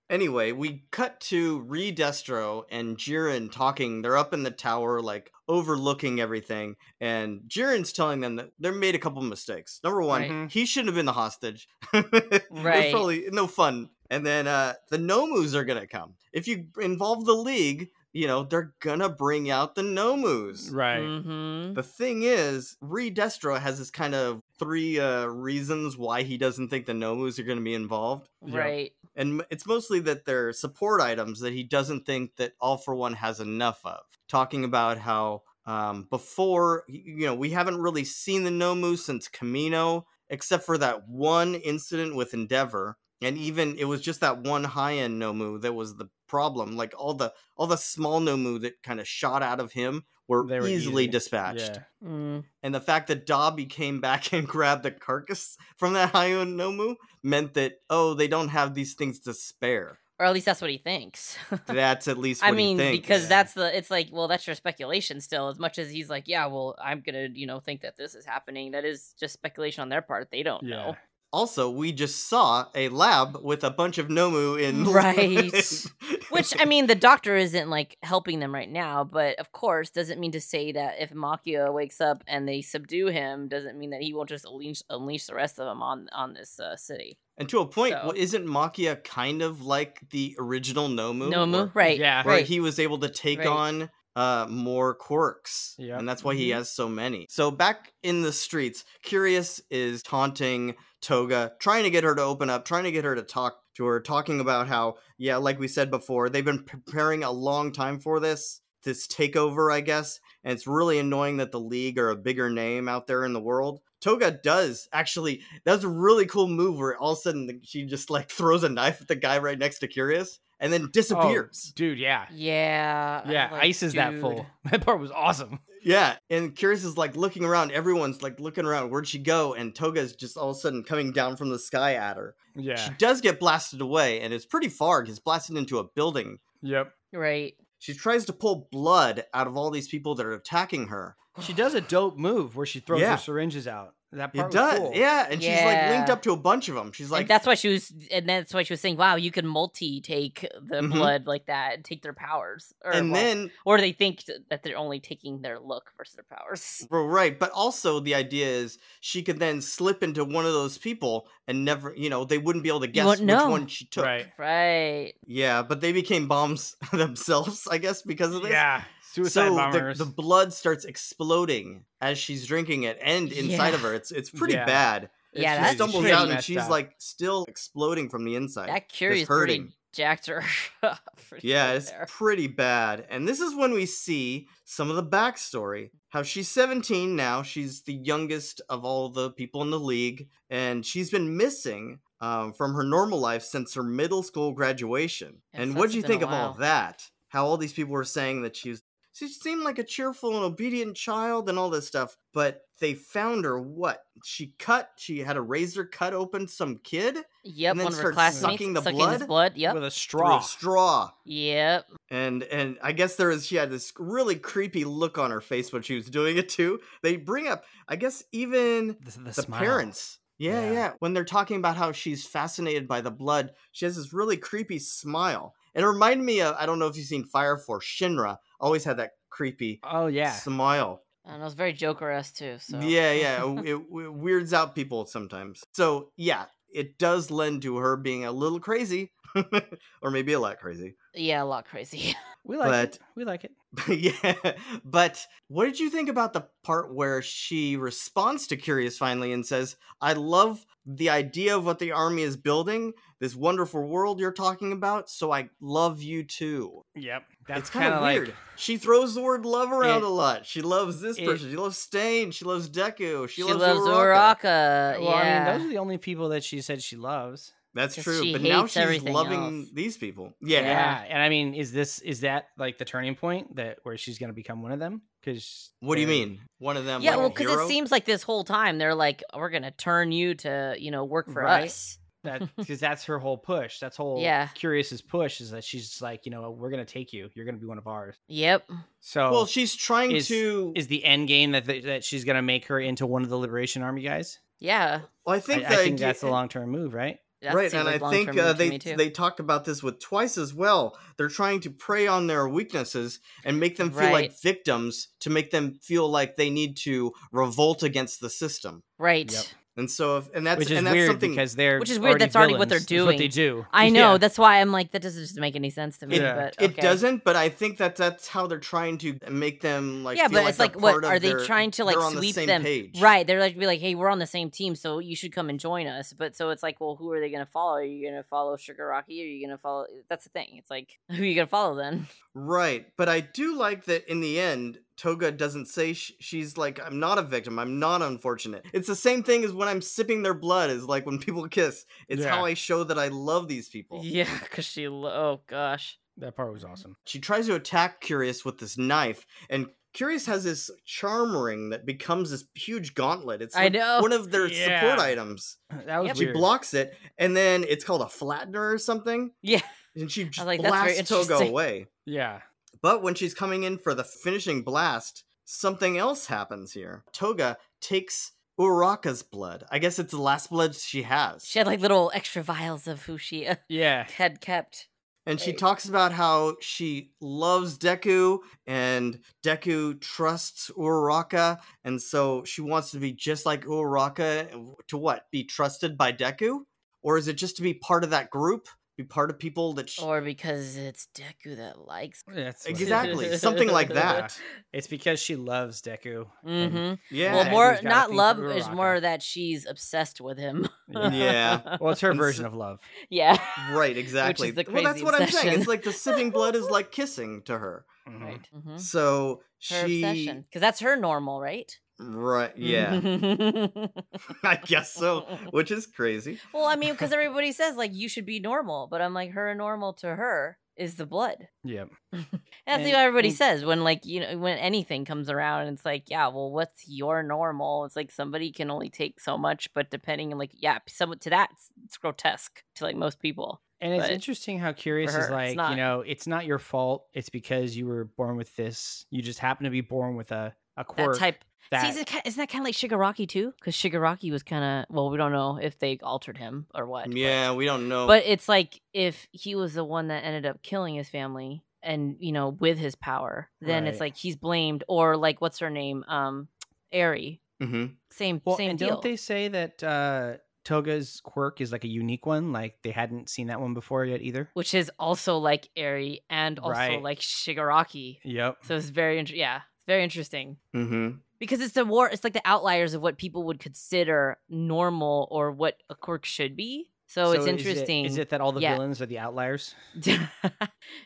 [SPEAKER 1] Anyway, we cut to Re Destro and Jiren talking. They're up in the tower, like overlooking everything. And Jiren's telling them that they made a couple mistakes. Number one,
[SPEAKER 2] Right.
[SPEAKER 1] he shouldn't have been the hostage. It was
[SPEAKER 3] Right.
[SPEAKER 1] probably no fun. And then uh, the Nomus are gonna come. If you involve the League, you know they're gonna bring out the Nomus.
[SPEAKER 2] Right.
[SPEAKER 3] hmm
[SPEAKER 1] The thing is, Re Destro has this kind of three uh, reasons why he doesn't think the Nomus are gonna be involved
[SPEAKER 2] Yeah.
[SPEAKER 3] Right.
[SPEAKER 1] and m- it's mostly that they're support items that he doesn't think that all for one has enough of talking about how um, before y- you know we haven't really seen the nomu since camino except for that one incident with endeavor and even it was just that one high-end nomu that was the problem like all the all the small nomu that kind of shot out of him were,
[SPEAKER 2] They were
[SPEAKER 1] easily
[SPEAKER 2] easy.
[SPEAKER 1] dispatched
[SPEAKER 2] Yeah.
[SPEAKER 3] Mm.
[SPEAKER 1] and the fact that Dobby came back and grabbed the carcass from that Hayao Nomu meant that oh they don't have these things to spare.
[SPEAKER 3] Or at least that's what he thinks.
[SPEAKER 1] That's at least
[SPEAKER 3] I
[SPEAKER 1] what he
[SPEAKER 3] mean,
[SPEAKER 1] thinks.
[SPEAKER 3] because
[SPEAKER 2] Yeah.
[SPEAKER 3] that's the. It's like, well, that's your speculation still. As much as he's like, yeah, well, I'm gonna, you know, think that this is happening. That is just speculation on their part. They don't
[SPEAKER 2] Yeah.
[SPEAKER 3] know.
[SPEAKER 1] also we just saw a lab with a bunch of Nomu in
[SPEAKER 3] Right. Which I mean, the doctor isn't like helping them right now, but of course, doesn't mean to say that if Makia wakes up and they subdue him, doesn't mean that he won't just unleash, unleash the rest of them on on this uh, city.
[SPEAKER 1] and to a point,
[SPEAKER 3] So-
[SPEAKER 1] what isn't Makia kind of like the original Nomu?
[SPEAKER 3] Nomu,
[SPEAKER 1] where-
[SPEAKER 3] right?
[SPEAKER 2] Yeah.
[SPEAKER 1] where
[SPEAKER 3] right.
[SPEAKER 1] he was able to take
[SPEAKER 3] Right.
[SPEAKER 1] on uh more quirks
[SPEAKER 2] Yep.
[SPEAKER 1] and that's why he
[SPEAKER 3] Mhm.
[SPEAKER 1] has so many so back in the streets curious is taunting toga trying to get her to open up trying to get her to talk to her talking about how yeah like we said before they've been preparing a long time for this this takeover i guess and it's really annoying that the league are a bigger name out there in the world toga does actually that's a really cool move where all of a sudden she just like throws a knife at the guy right next to curious and
[SPEAKER 2] Oh,
[SPEAKER 1] then disappears
[SPEAKER 2] Dude. Yeah.
[SPEAKER 3] yeah, I'm
[SPEAKER 2] Yeah.
[SPEAKER 3] like,
[SPEAKER 2] Ice is that
[SPEAKER 3] dude.
[SPEAKER 2] full. That part was awesome.
[SPEAKER 1] Yeah, and Curious is like looking around. Everyone's like looking around. Where'd she go? And Toga's just all of a sudden coming down from the sky at her.
[SPEAKER 2] Yeah.
[SPEAKER 1] She does get blasted away, and it's pretty far. Gets blasted into a building.
[SPEAKER 2] Yep.
[SPEAKER 3] right?
[SPEAKER 1] She tries to pull blood out of all these people that are attacking her,
[SPEAKER 2] She does a dope move where she throws
[SPEAKER 1] Yeah.
[SPEAKER 2] her syringes out. That
[SPEAKER 1] It
[SPEAKER 2] part
[SPEAKER 1] does,
[SPEAKER 2] was cool.
[SPEAKER 1] yeah. And she's like linked
[SPEAKER 3] Yeah.
[SPEAKER 1] up to a bunch of them. She's like,
[SPEAKER 3] and that's why she was, and that's why she was saying, "Wow, you can multi-take the
[SPEAKER 1] Mhm.
[SPEAKER 3] blood like that and take their powers." Or,
[SPEAKER 1] and
[SPEAKER 3] well,
[SPEAKER 1] then
[SPEAKER 3] or they think th- that they're only taking their look versus their powers.
[SPEAKER 1] well, right, but also the idea is she could then slip into one of those people and never, you know, they wouldn't be able to guess which
[SPEAKER 3] wouldn't know.
[SPEAKER 1] one she took.
[SPEAKER 2] Right.
[SPEAKER 3] Right.
[SPEAKER 1] Yeah, but they became bombs themselves, I guess, because of this.
[SPEAKER 2] Yeah. Suicide
[SPEAKER 1] so the,
[SPEAKER 2] bombers.
[SPEAKER 1] the blood starts exploding as she's drinking it and inside of
[SPEAKER 3] Yeah.
[SPEAKER 1] her. It's it's pretty
[SPEAKER 2] Yeah.
[SPEAKER 1] bad.
[SPEAKER 3] Yeah,
[SPEAKER 1] she
[SPEAKER 3] that's
[SPEAKER 1] stumbles
[SPEAKER 3] pretty
[SPEAKER 1] out and
[SPEAKER 2] messed
[SPEAKER 1] she's
[SPEAKER 2] up.
[SPEAKER 1] like still exploding from the inside.
[SPEAKER 3] That curious pretty
[SPEAKER 1] hurting.
[SPEAKER 3] jacked her up. pretty
[SPEAKER 1] yeah,
[SPEAKER 3] good
[SPEAKER 1] it's
[SPEAKER 3] there.
[SPEAKER 1] pretty bad. And this is when we see some of the backstory. How she's 17 now. She's the youngest of all the people in the league, and she's been missing um, from her normal life since her middle school graduation.
[SPEAKER 3] Yeah,
[SPEAKER 1] and
[SPEAKER 3] so
[SPEAKER 1] what
[SPEAKER 3] it's
[SPEAKER 1] do you
[SPEAKER 3] been a
[SPEAKER 1] think of all
[SPEAKER 3] while.
[SPEAKER 1] that? How all these people were saying that she was she seemed like a cheerful and obedient child and all this stuff, but they found her what? She cut, she had a razor cut open some kid
[SPEAKER 3] Yep,
[SPEAKER 1] and then
[SPEAKER 3] one of her
[SPEAKER 1] starts
[SPEAKER 3] classmates
[SPEAKER 1] sucking the
[SPEAKER 3] his
[SPEAKER 1] blood?
[SPEAKER 3] blood. Yep.
[SPEAKER 2] With a
[SPEAKER 1] through
[SPEAKER 2] straw.
[SPEAKER 1] a straw.
[SPEAKER 3] Yep.
[SPEAKER 1] And and I guess there is she had this really creepy look on her face when she was doing it too. They bring up I guess even
[SPEAKER 2] the,
[SPEAKER 1] the
[SPEAKER 2] smile.
[SPEAKER 1] parents. Yeah, yeah,
[SPEAKER 2] Yeah.
[SPEAKER 1] When they're talking about how she's fascinated by the blood, she has this really creepy smile. It reminded me of I don't know if you've seen Fire Force. Shinra always had that creepy
[SPEAKER 2] Oh yeah.
[SPEAKER 1] smile.
[SPEAKER 3] And it was very Joker esque too. So
[SPEAKER 1] Yeah, yeah. it, it w- weirds out people sometimes. So, yeah, it does lend to her being a little crazy, or maybe a lot crazy.
[SPEAKER 3] yeah, a lot crazy.
[SPEAKER 2] We like
[SPEAKER 1] But-
[SPEAKER 2] it. We like it.
[SPEAKER 1] yeah. But what did you think about the part where she responds to Curious finally and says, I love the idea of what the army is building, this wonderful world you're talking about, so I love you too.
[SPEAKER 2] Yep. That's
[SPEAKER 1] it's kind of
[SPEAKER 2] like
[SPEAKER 1] weird. she throws the word love around
[SPEAKER 2] It-
[SPEAKER 1] a lot. She loves this
[SPEAKER 2] it-
[SPEAKER 1] person. She loves Stain. She loves Deku. She,
[SPEAKER 3] She, loves
[SPEAKER 1] Uraraka.
[SPEAKER 3] Uraka.
[SPEAKER 2] well,
[SPEAKER 3] yeah.
[SPEAKER 2] I mean, those are the only people that she said she loves.
[SPEAKER 1] That's
[SPEAKER 3] 'Cause
[SPEAKER 1] true.
[SPEAKER 3] she
[SPEAKER 1] But now
[SPEAKER 3] hates
[SPEAKER 1] she's
[SPEAKER 3] everything
[SPEAKER 1] loving
[SPEAKER 3] else.
[SPEAKER 1] these people. Yeah.
[SPEAKER 3] Yeah.
[SPEAKER 2] And I mean, is this is that like the turning point that where she's going to become one of them? Because
[SPEAKER 1] What do you mean? One of them.
[SPEAKER 3] yeah,
[SPEAKER 1] like,
[SPEAKER 3] well,
[SPEAKER 1] a
[SPEAKER 3] because
[SPEAKER 1] hero?
[SPEAKER 3] it seems like this whole time they're like, "We're gonna turn you to, you know, work for
[SPEAKER 2] Right.
[SPEAKER 3] us."
[SPEAKER 2] That because that's her whole push. That's whole
[SPEAKER 3] Yeah.
[SPEAKER 2] Curious's push is that she's just like you know we're going to take you. You're going to be one of ours.
[SPEAKER 3] Yep.
[SPEAKER 2] So
[SPEAKER 1] Well, she's trying
[SPEAKER 2] is-
[SPEAKER 1] to.
[SPEAKER 2] is the end game that that she's going to make her into one of the Liberation Army guys?
[SPEAKER 3] Yeah.
[SPEAKER 1] well, I think,
[SPEAKER 2] I,
[SPEAKER 1] the
[SPEAKER 2] I think
[SPEAKER 1] idea-
[SPEAKER 2] that's the long term move, right?
[SPEAKER 3] That
[SPEAKER 1] right, and
[SPEAKER 3] seems like
[SPEAKER 1] I think
[SPEAKER 3] long-term
[SPEAKER 1] uh,
[SPEAKER 3] move to
[SPEAKER 1] they
[SPEAKER 3] me, too.
[SPEAKER 1] they talked about this with Twice as well. They're trying to prey on their weaknesses and make them feel like
[SPEAKER 3] Right.
[SPEAKER 1] victims to make them feel like they need to revolt against the system.
[SPEAKER 3] right.
[SPEAKER 2] Yep.
[SPEAKER 1] And so, if and that's
[SPEAKER 2] Which is
[SPEAKER 1] and that's
[SPEAKER 2] weird
[SPEAKER 1] something
[SPEAKER 2] because they're
[SPEAKER 3] Which is weird, that's already what they're
[SPEAKER 2] villains. That's what they
[SPEAKER 3] doing.
[SPEAKER 2] do.
[SPEAKER 3] I know.
[SPEAKER 2] Yeah.
[SPEAKER 3] That's why I'm like, that doesn't just make any sense to me.
[SPEAKER 1] It-
[SPEAKER 3] but
[SPEAKER 1] it
[SPEAKER 3] okay.
[SPEAKER 1] doesn't. But I think that that's how they're trying to make them like.
[SPEAKER 3] yeah,
[SPEAKER 1] feel
[SPEAKER 3] but it's
[SPEAKER 1] they're
[SPEAKER 3] like, what
[SPEAKER 1] part of
[SPEAKER 3] are they
[SPEAKER 1] their-
[SPEAKER 3] trying to like
[SPEAKER 1] they're on
[SPEAKER 3] sweep
[SPEAKER 1] the same
[SPEAKER 3] them?
[SPEAKER 1] Page.
[SPEAKER 3] Right, they're like be like, "Hey, we're on the same team, so you should come and join us." But so it's like, well, who are they going to follow? Are you going to follow Shigaraki? Are you going to follow? That's the thing. It's like, who are you going to follow then?
[SPEAKER 1] Right, but I do like that in the end, Toga doesn't say sh- she's like, "I'm not a victim. I'm not unfortunate." It's the same thing as when I'm sipping their blood. Is like when people kiss. It's how
[SPEAKER 2] Yeah.
[SPEAKER 1] I show that I love these people.
[SPEAKER 3] Yeah, because she. Lo- oh gosh.
[SPEAKER 2] That part was awesome.
[SPEAKER 1] She tries to attack Curious with this knife, and Curious has this charm ring that becomes this huge gauntlet. It's
[SPEAKER 3] I
[SPEAKER 1] like
[SPEAKER 3] know.
[SPEAKER 1] one of their support
[SPEAKER 2] Yeah.
[SPEAKER 1] items.
[SPEAKER 2] That was
[SPEAKER 3] Yep.
[SPEAKER 1] She
[SPEAKER 2] weird.
[SPEAKER 1] blocks it, and then it's called a flattener or something,
[SPEAKER 3] Yeah.
[SPEAKER 1] and she just
[SPEAKER 3] like, that's very
[SPEAKER 1] blasts Toga
[SPEAKER 3] interesting.
[SPEAKER 1] away.
[SPEAKER 2] Yeah.
[SPEAKER 1] But when she's coming in for the finishing blast, something else happens here. Toga takes Uraka's blood. I guess it's the last blood she has.
[SPEAKER 3] She had like little extra vials of who she uh,
[SPEAKER 2] Yeah.
[SPEAKER 3] had kept.
[SPEAKER 1] and she
[SPEAKER 3] Right.
[SPEAKER 1] talks about how she loves Deku and Deku trusts Uraka. And so she wants to be just like Uraka. To what? Be trusted by Deku? Or is it just to be part of that group? Be part of people that she.
[SPEAKER 3] Or because it's Deku that likes.
[SPEAKER 2] That's what it is.
[SPEAKER 1] Exactly. Something like that.
[SPEAKER 2] It's because she loves Deku. and-
[SPEAKER 3] Mm-hmm.
[SPEAKER 1] Yeah.
[SPEAKER 3] Well,
[SPEAKER 2] Deku's
[SPEAKER 3] more
[SPEAKER 2] got a
[SPEAKER 3] not
[SPEAKER 2] thing for
[SPEAKER 3] love is
[SPEAKER 2] Uraraka.
[SPEAKER 3] more that she's obsessed with him.
[SPEAKER 1] Yeah.
[SPEAKER 2] Well, it's her
[SPEAKER 1] And so-
[SPEAKER 2] version of love.
[SPEAKER 3] yeah.
[SPEAKER 1] Right, exactly.
[SPEAKER 3] the
[SPEAKER 1] well, that's
[SPEAKER 3] crazy
[SPEAKER 1] what I'm saying.
[SPEAKER 3] obsession.
[SPEAKER 1] It's like the sipping blood is like kissing to her.
[SPEAKER 2] Mhm.
[SPEAKER 3] Right. Mm-hmm.
[SPEAKER 1] So
[SPEAKER 3] Her
[SPEAKER 1] she,
[SPEAKER 3] obsession, because that's her normal, right?
[SPEAKER 1] right? Yeah,
[SPEAKER 3] Mm-hmm.
[SPEAKER 1] I guess so. Which is crazy.
[SPEAKER 3] well, I mean, because everybody says like you should be normal, but I'm like her normal to her is the blood.
[SPEAKER 2] Yep.
[SPEAKER 3] That's
[SPEAKER 2] And-
[SPEAKER 3] what everybody
[SPEAKER 2] and-
[SPEAKER 3] says when like you know when anything comes around and it's like, yeah, well, what's your normal? It's like somebody can only take so much, but depending on like yeah, some to that it's, it's grotesque to like most people.
[SPEAKER 2] And it's
[SPEAKER 3] But
[SPEAKER 2] interesting how curious
[SPEAKER 3] her,
[SPEAKER 2] is
[SPEAKER 3] it's
[SPEAKER 2] like, you
[SPEAKER 3] not.
[SPEAKER 2] know, it's not your fault. It's because you were born with this. You just happen to be born with a a
[SPEAKER 3] that
[SPEAKER 2] quirk.
[SPEAKER 3] type.
[SPEAKER 2] that-
[SPEAKER 3] See, isn't, ki- isn't that kind of like Shigaraki too? Because Shigaraki was kind of well, we don't know if they altered him or what. but-
[SPEAKER 1] Yeah, we don't know.
[SPEAKER 3] But it's like if he was the one that ended up killing his family and you know with his power, then it's
[SPEAKER 2] Right.
[SPEAKER 3] like he's blamed or like what's her name, um, Ari.
[SPEAKER 1] Mhm.
[SPEAKER 3] Same
[SPEAKER 2] well,
[SPEAKER 3] same
[SPEAKER 2] and
[SPEAKER 3] deal.
[SPEAKER 2] don't they say that uh, Toga's quirk is like a unique one? Like they hadn't seen that one before yet either.
[SPEAKER 3] Which is also like Ari and also
[SPEAKER 2] Right. Mm.
[SPEAKER 3] like Shigaraki.
[SPEAKER 2] Yep.
[SPEAKER 3] So it's very int- yeah, it's very interesting
[SPEAKER 1] Mhm.
[SPEAKER 3] because it's the war. It's like the outliers of what people would consider normal or what a quirk should be. So, it's
[SPEAKER 2] is it-
[SPEAKER 3] interesting.
[SPEAKER 2] Is it that all the
[SPEAKER 3] Yeah.
[SPEAKER 2] villains are the outliers?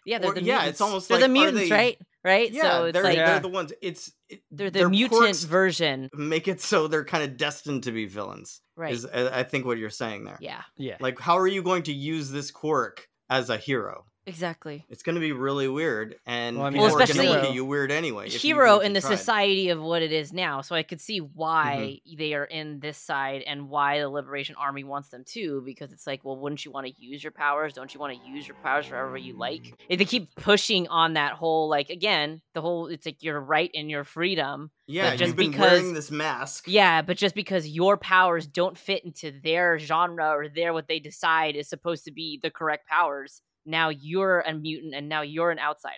[SPEAKER 3] yeah, they're
[SPEAKER 1] Or-
[SPEAKER 3] the
[SPEAKER 1] yeah,
[SPEAKER 3] mutants.
[SPEAKER 1] it's almost
[SPEAKER 3] they're the
[SPEAKER 1] like, are
[SPEAKER 3] mutants,
[SPEAKER 1] they-
[SPEAKER 3] right? Right.
[SPEAKER 1] Yeah,
[SPEAKER 3] so it's
[SPEAKER 1] they're,
[SPEAKER 3] like
[SPEAKER 1] they're
[SPEAKER 2] Yeah.
[SPEAKER 1] the ones. It's it,
[SPEAKER 3] they're the
[SPEAKER 1] their
[SPEAKER 3] mutant
[SPEAKER 1] quirks
[SPEAKER 3] version,
[SPEAKER 1] make it so they're kind of destined to be villains.
[SPEAKER 3] right?
[SPEAKER 1] Is I I think what you're saying there.
[SPEAKER 3] yeah,
[SPEAKER 2] Yeah.
[SPEAKER 1] Like, how are you going to use this quirk as a hero?
[SPEAKER 3] exactly.
[SPEAKER 1] It's going to be really weird, and
[SPEAKER 2] Well, I mean,
[SPEAKER 1] people
[SPEAKER 3] Well,
[SPEAKER 1] are going to
[SPEAKER 3] especially-
[SPEAKER 1] look at you weird anyway. if you
[SPEAKER 3] Hero
[SPEAKER 1] if you
[SPEAKER 3] in the
[SPEAKER 1] tried. Mm-hmm.
[SPEAKER 3] society of what it is now, so I could see why they are in this side and why the Liberation Army wants them too. Because it's like, well, wouldn't you want to use your powers? Don't you want to use your powers forever you like? If They keep pushing on that whole, like, again, the whole. It's like your right and your freedom.
[SPEAKER 1] Yeah,
[SPEAKER 3] just
[SPEAKER 1] you've been
[SPEAKER 3] because-
[SPEAKER 1] wearing this mask.
[SPEAKER 3] Yeah, but just because your powers don't fit into their genre or their what they decide is supposed to be the correct powers, now you're a mutant and now you're an outsider.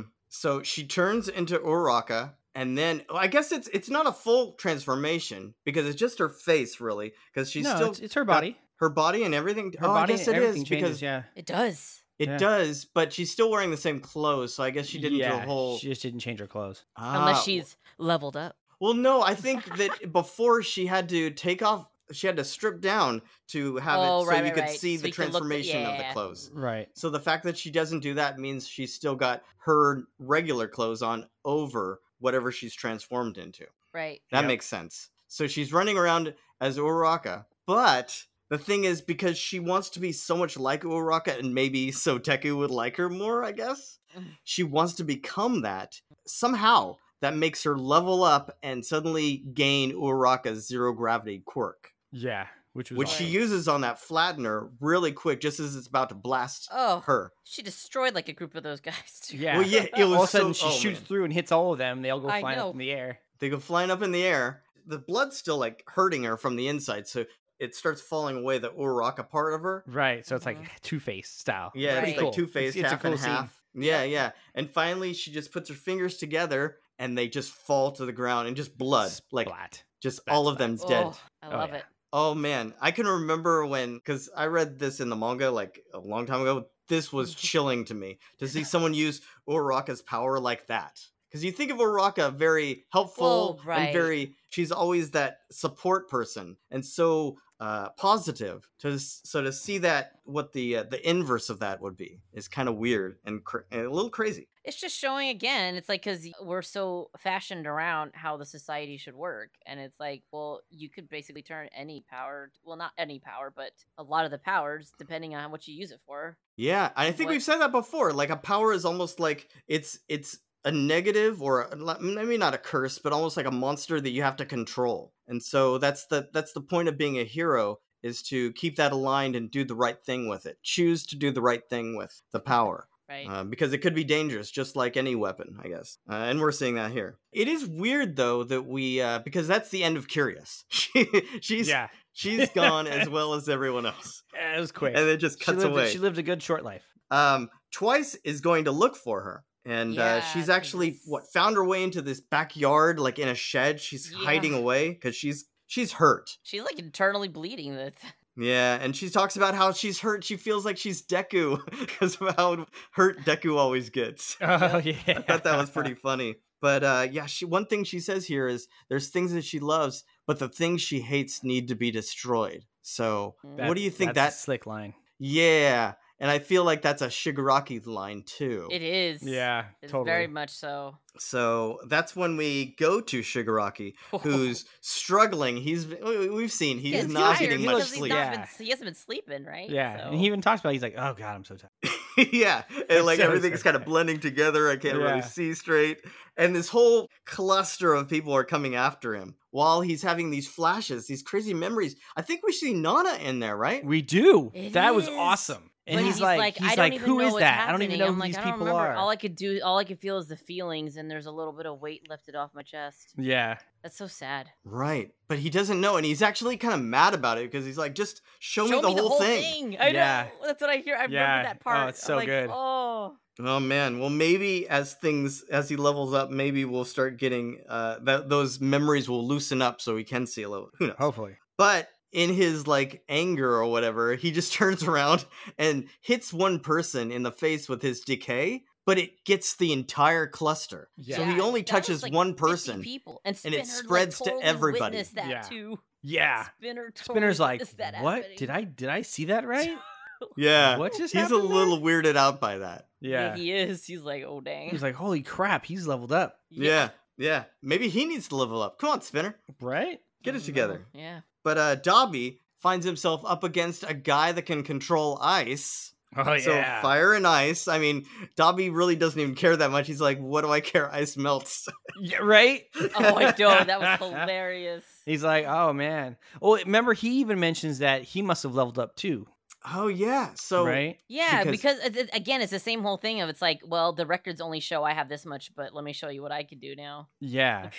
[SPEAKER 1] hmm So she turns into Uraka, and then well, I guess it's it's not a full transformation because it's just her face, really, because she's
[SPEAKER 2] no,
[SPEAKER 1] still
[SPEAKER 2] it's, it's her body.
[SPEAKER 1] her body and everything.
[SPEAKER 2] Her
[SPEAKER 1] oh,
[SPEAKER 2] body
[SPEAKER 1] I guess
[SPEAKER 2] and
[SPEAKER 1] it
[SPEAKER 2] everything
[SPEAKER 1] is
[SPEAKER 2] changes.
[SPEAKER 1] because
[SPEAKER 2] yeah.
[SPEAKER 3] It does.
[SPEAKER 1] it
[SPEAKER 2] Yeah.
[SPEAKER 1] does, but she's still wearing the same clothes. So I guess she didn't do
[SPEAKER 2] yeah,
[SPEAKER 1] a whole.
[SPEAKER 2] She just didn't change her clothes.
[SPEAKER 1] Ah,
[SPEAKER 3] Unless she's leveled up.
[SPEAKER 1] Well, no, I think that before she had to take off, she had to strip down to have
[SPEAKER 3] Oh,
[SPEAKER 1] it so
[SPEAKER 3] right,
[SPEAKER 1] you
[SPEAKER 3] right,
[SPEAKER 1] could
[SPEAKER 3] right.
[SPEAKER 1] see
[SPEAKER 3] So
[SPEAKER 1] the
[SPEAKER 3] you can look the-
[SPEAKER 1] transformation of the
[SPEAKER 3] yeah.
[SPEAKER 1] clothes.
[SPEAKER 2] Right.
[SPEAKER 1] So the fact that she doesn't do that means she's still got her regular clothes on over whatever she's transformed into.
[SPEAKER 3] Right.
[SPEAKER 1] That
[SPEAKER 2] Yep.
[SPEAKER 1] makes sense. So she's running around as Uraraka, but the thing is because she wants to be so much like Uraraka and maybe so Deku would like her more, I guess.
[SPEAKER 3] Mm.
[SPEAKER 1] She wants to become that. Somehow that makes her level up and suddenly gain Uraraka's zero gravity quirk,
[SPEAKER 2] Yeah. Which was
[SPEAKER 1] which
[SPEAKER 2] awesome.
[SPEAKER 1] she
[SPEAKER 3] awesome.
[SPEAKER 1] uses on that flattener really quick just as it's about to blast
[SPEAKER 3] Oh,
[SPEAKER 1] her.
[SPEAKER 3] she destroyed like a group of those guys. too.
[SPEAKER 2] Yeah.
[SPEAKER 1] Well, yeah, it was
[SPEAKER 2] all of a sudden
[SPEAKER 1] so-
[SPEAKER 2] she
[SPEAKER 1] oh,
[SPEAKER 2] shoots
[SPEAKER 1] man.
[SPEAKER 2] through and hits all of them. They all go
[SPEAKER 3] I
[SPEAKER 2] flying
[SPEAKER 3] know.
[SPEAKER 2] up in the air.
[SPEAKER 1] They go flying up in the air. The blood's still like hurting her from the inside, so it starts falling away the Uraraka part of her.
[SPEAKER 2] Right. So it's
[SPEAKER 3] Mhm.
[SPEAKER 2] like Two Face style.
[SPEAKER 1] Yeah,
[SPEAKER 3] Right.
[SPEAKER 1] it's
[SPEAKER 2] Pretty
[SPEAKER 1] like
[SPEAKER 2] cool.
[SPEAKER 1] two faced,
[SPEAKER 2] It's, it's
[SPEAKER 1] half
[SPEAKER 2] a cool
[SPEAKER 1] and
[SPEAKER 2] scene.
[SPEAKER 1] half. Yeah, yeah. And finally, she just puts her fingers together, and they just fall to the ground, and just blood, like
[SPEAKER 2] Splat.
[SPEAKER 1] just
[SPEAKER 2] That's
[SPEAKER 1] all of them's dead.
[SPEAKER 3] Oh, I
[SPEAKER 2] Oh,
[SPEAKER 3] love
[SPEAKER 2] yeah.
[SPEAKER 3] it.
[SPEAKER 1] Oh man, I can remember when because I read this in the manga like a long time ago. This was chilling to me to see someone use Uraraka's power like that. Because you think of Uraraka very helpful
[SPEAKER 3] Well,
[SPEAKER 1] and
[SPEAKER 3] right.
[SPEAKER 1] very, she's always that support person and so uh, positive. To s- so to see that what the uh, the inverse of that would be is kind of weird and, cr- and a little crazy.
[SPEAKER 3] It's just showing again. It's like because we're so fashioned around how the society should work, and it's like, well, you could basically turn any power, well, not any power, but a lot of the powers, depending on what you use it for.
[SPEAKER 1] Yeah, I think
[SPEAKER 3] What-
[SPEAKER 1] we've said that before. Like a power is almost like it's it's a negative or a, not- maybe not a curse, but almost like a monster that you have to control. And so that's the that's the point of being a hero is to keep that aligned and do the right thing with it. Choose to do the right thing with the power
[SPEAKER 3] Right.
[SPEAKER 1] uh, because it could be dangerous, just like any weapon, I guess. Uh, and we're seeing that here. It is weird though that we uh, because that's the end of Curious. She, she's
[SPEAKER 2] Yeah.
[SPEAKER 1] she's gone as well as everyone else,
[SPEAKER 2] It was quick.
[SPEAKER 1] and it just
[SPEAKER 2] she,
[SPEAKER 1] cuts
[SPEAKER 2] lived,
[SPEAKER 1] away
[SPEAKER 2] she lived a good short life.
[SPEAKER 1] um, twice is going to look for her and uh,
[SPEAKER 3] Yeah,
[SPEAKER 1] she's
[SPEAKER 3] 'cause
[SPEAKER 1] actually
[SPEAKER 3] it's-
[SPEAKER 1] what found her way into this backyard like in a shed she's hiding
[SPEAKER 3] Yeah.
[SPEAKER 1] away because she's she's hurt
[SPEAKER 3] She's like internally bleeding. With
[SPEAKER 1] yeah and she talks about how she's hurt she feels like she's deku because of how hurt deku always gets
[SPEAKER 2] Oh yeah.
[SPEAKER 1] i thought that was pretty funny but uh, yeah she one thing she says here is there's things that she loves but the things she hates need to be destroyed so
[SPEAKER 2] That's-
[SPEAKER 1] what do you think
[SPEAKER 2] that's a
[SPEAKER 1] that
[SPEAKER 2] slick line?
[SPEAKER 1] yeah and i feel like that's a shigaraki line too
[SPEAKER 3] it is.
[SPEAKER 2] Yeah,
[SPEAKER 3] It's
[SPEAKER 2] totally.
[SPEAKER 3] very much so.
[SPEAKER 1] So that's when we go to Shigaraki,
[SPEAKER 2] Oh.
[SPEAKER 1] who's struggling. He's we- we've seen he's
[SPEAKER 2] he
[SPEAKER 1] not
[SPEAKER 2] looks-
[SPEAKER 1] getting
[SPEAKER 2] he
[SPEAKER 1] much
[SPEAKER 2] looks-
[SPEAKER 3] because
[SPEAKER 1] sleep.
[SPEAKER 3] He's
[SPEAKER 1] Yeah,
[SPEAKER 3] not
[SPEAKER 2] Yeah.
[SPEAKER 3] been, he hasn't been sleeping, right?
[SPEAKER 2] yeah,
[SPEAKER 3] So-
[SPEAKER 2] and he even talks about. It. He's like, "Oh God, I'm so tired."
[SPEAKER 1] and like
[SPEAKER 2] So
[SPEAKER 1] everything's kind of blending together. I can't really
[SPEAKER 2] Yeah.
[SPEAKER 1] see straight. And this whole cluster of people are coming after him while he's having these flashes, these crazy memories. I think we see Nana in there, right?
[SPEAKER 2] We do.
[SPEAKER 3] It
[SPEAKER 2] that was
[SPEAKER 3] is.
[SPEAKER 2] awesome. And
[SPEAKER 3] But
[SPEAKER 2] he's, like,
[SPEAKER 3] I
[SPEAKER 2] he's
[SPEAKER 3] don't
[SPEAKER 2] like,
[SPEAKER 3] even
[SPEAKER 2] who
[SPEAKER 3] know
[SPEAKER 2] is
[SPEAKER 3] what's
[SPEAKER 2] that? I don't even
[SPEAKER 3] happening."
[SPEAKER 2] know
[SPEAKER 3] I'm
[SPEAKER 2] who
[SPEAKER 3] like,
[SPEAKER 2] these
[SPEAKER 3] I don't
[SPEAKER 2] people
[SPEAKER 3] remember.
[SPEAKER 2] are.
[SPEAKER 3] All I could do, all I could feel is the feelings, and there's a little bit of weight lifted off my chest.
[SPEAKER 2] yeah,
[SPEAKER 3] That's so sad.
[SPEAKER 1] Right. But he doesn't know, and he's actually kind of mad about it because he's like, just show, me the whole, thing.
[SPEAKER 3] I
[SPEAKER 2] Yeah.
[SPEAKER 3] know. That's what I hear. I
[SPEAKER 2] Yeah.
[SPEAKER 3] remember that
[SPEAKER 2] Oh,
[SPEAKER 3] part.
[SPEAKER 2] it's
[SPEAKER 3] I'm
[SPEAKER 2] so
[SPEAKER 3] like,
[SPEAKER 2] good.
[SPEAKER 3] Oh,
[SPEAKER 1] Oh man. Well, maybe as things as he levels up, maybe we'll start getting uh that those memories will loosen up so he can see a little. Who knows?
[SPEAKER 2] hopefully.
[SPEAKER 1] But in his like anger or whatever, he just turns around and hits one person in the face with his decay, but it gets the entire cluster. So
[SPEAKER 2] Yeah.
[SPEAKER 1] he only
[SPEAKER 3] that was
[SPEAKER 1] touches
[SPEAKER 3] like
[SPEAKER 1] one
[SPEAKER 3] 50
[SPEAKER 1] person.
[SPEAKER 3] people, and,
[SPEAKER 1] and
[SPEAKER 3] Spinner,
[SPEAKER 1] it spreads to
[SPEAKER 3] like, totally
[SPEAKER 1] everybody.
[SPEAKER 3] witnessed That
[SPEAKER 2] Yeah.
[SPEAKER 3] too.
[SPEAKER 2] Yeah.
[SPEAKER 3] Spinner. Totally
[SPEAKER 2] Spinner's like,
[SPEAKER 3] witnessed that
[SPEAKER 2] what
[SPEAKER 3] happening.
[SPEAKER 2] did I did I see that right?
[SPEAKER 1] Yeah.
[SPEAKER 2] What just
[SPEAKER 1] He's a
[SPEAKER 2] happened there?"
[SPEAKER 1] little weirded out by that.
[SPEAKER 2] Yeah.
[SPEAKER 3] he is. He's like, oh dang.
[SPEAKER 2] He's like, holy crap, he's leveled up,
[SPEAKER 1] Yeah. Yeah. Maybe he needs to level up. Come on, Spinner.
[SPEAKER 2] right?
[SPEAKER 1] Get
[SPEAKER 3] I
[SPEAKER 1] it
[SPEAKER 3] don't
[SPEAKER 1] together.
[SPEAKER 3] know. Mm-hmm. Yeah.
[SPEAKER 1] But uh Dobby finds himself up against a guy that can control ice.
[SPEAKER 2] Oh yeah.
[SPEAKER 1] so fire and ice. I mean, Dobby really doesn't even care that much. He's like, what do I care? Ice melts.
[SPEAKER 2] yeah, right.
[SPEAKER 3] Oh, I know. That was hilarious.
[SPEAKER 2] He's like, oh man. Well, remember he even mentions that he must have leveled up too,
[SPEAKER 1] oh yeah. So
[SPEAKER 2] right?
[SPEAKER 3] Yeah,
[SPEAKER 1] Because-
[SPEAKER 3] because, it- it- again, it's the same whole thing of it's like, well, the records only show I have this much, but let me show you what I can do now.
[SPEAKER 2] Yeah.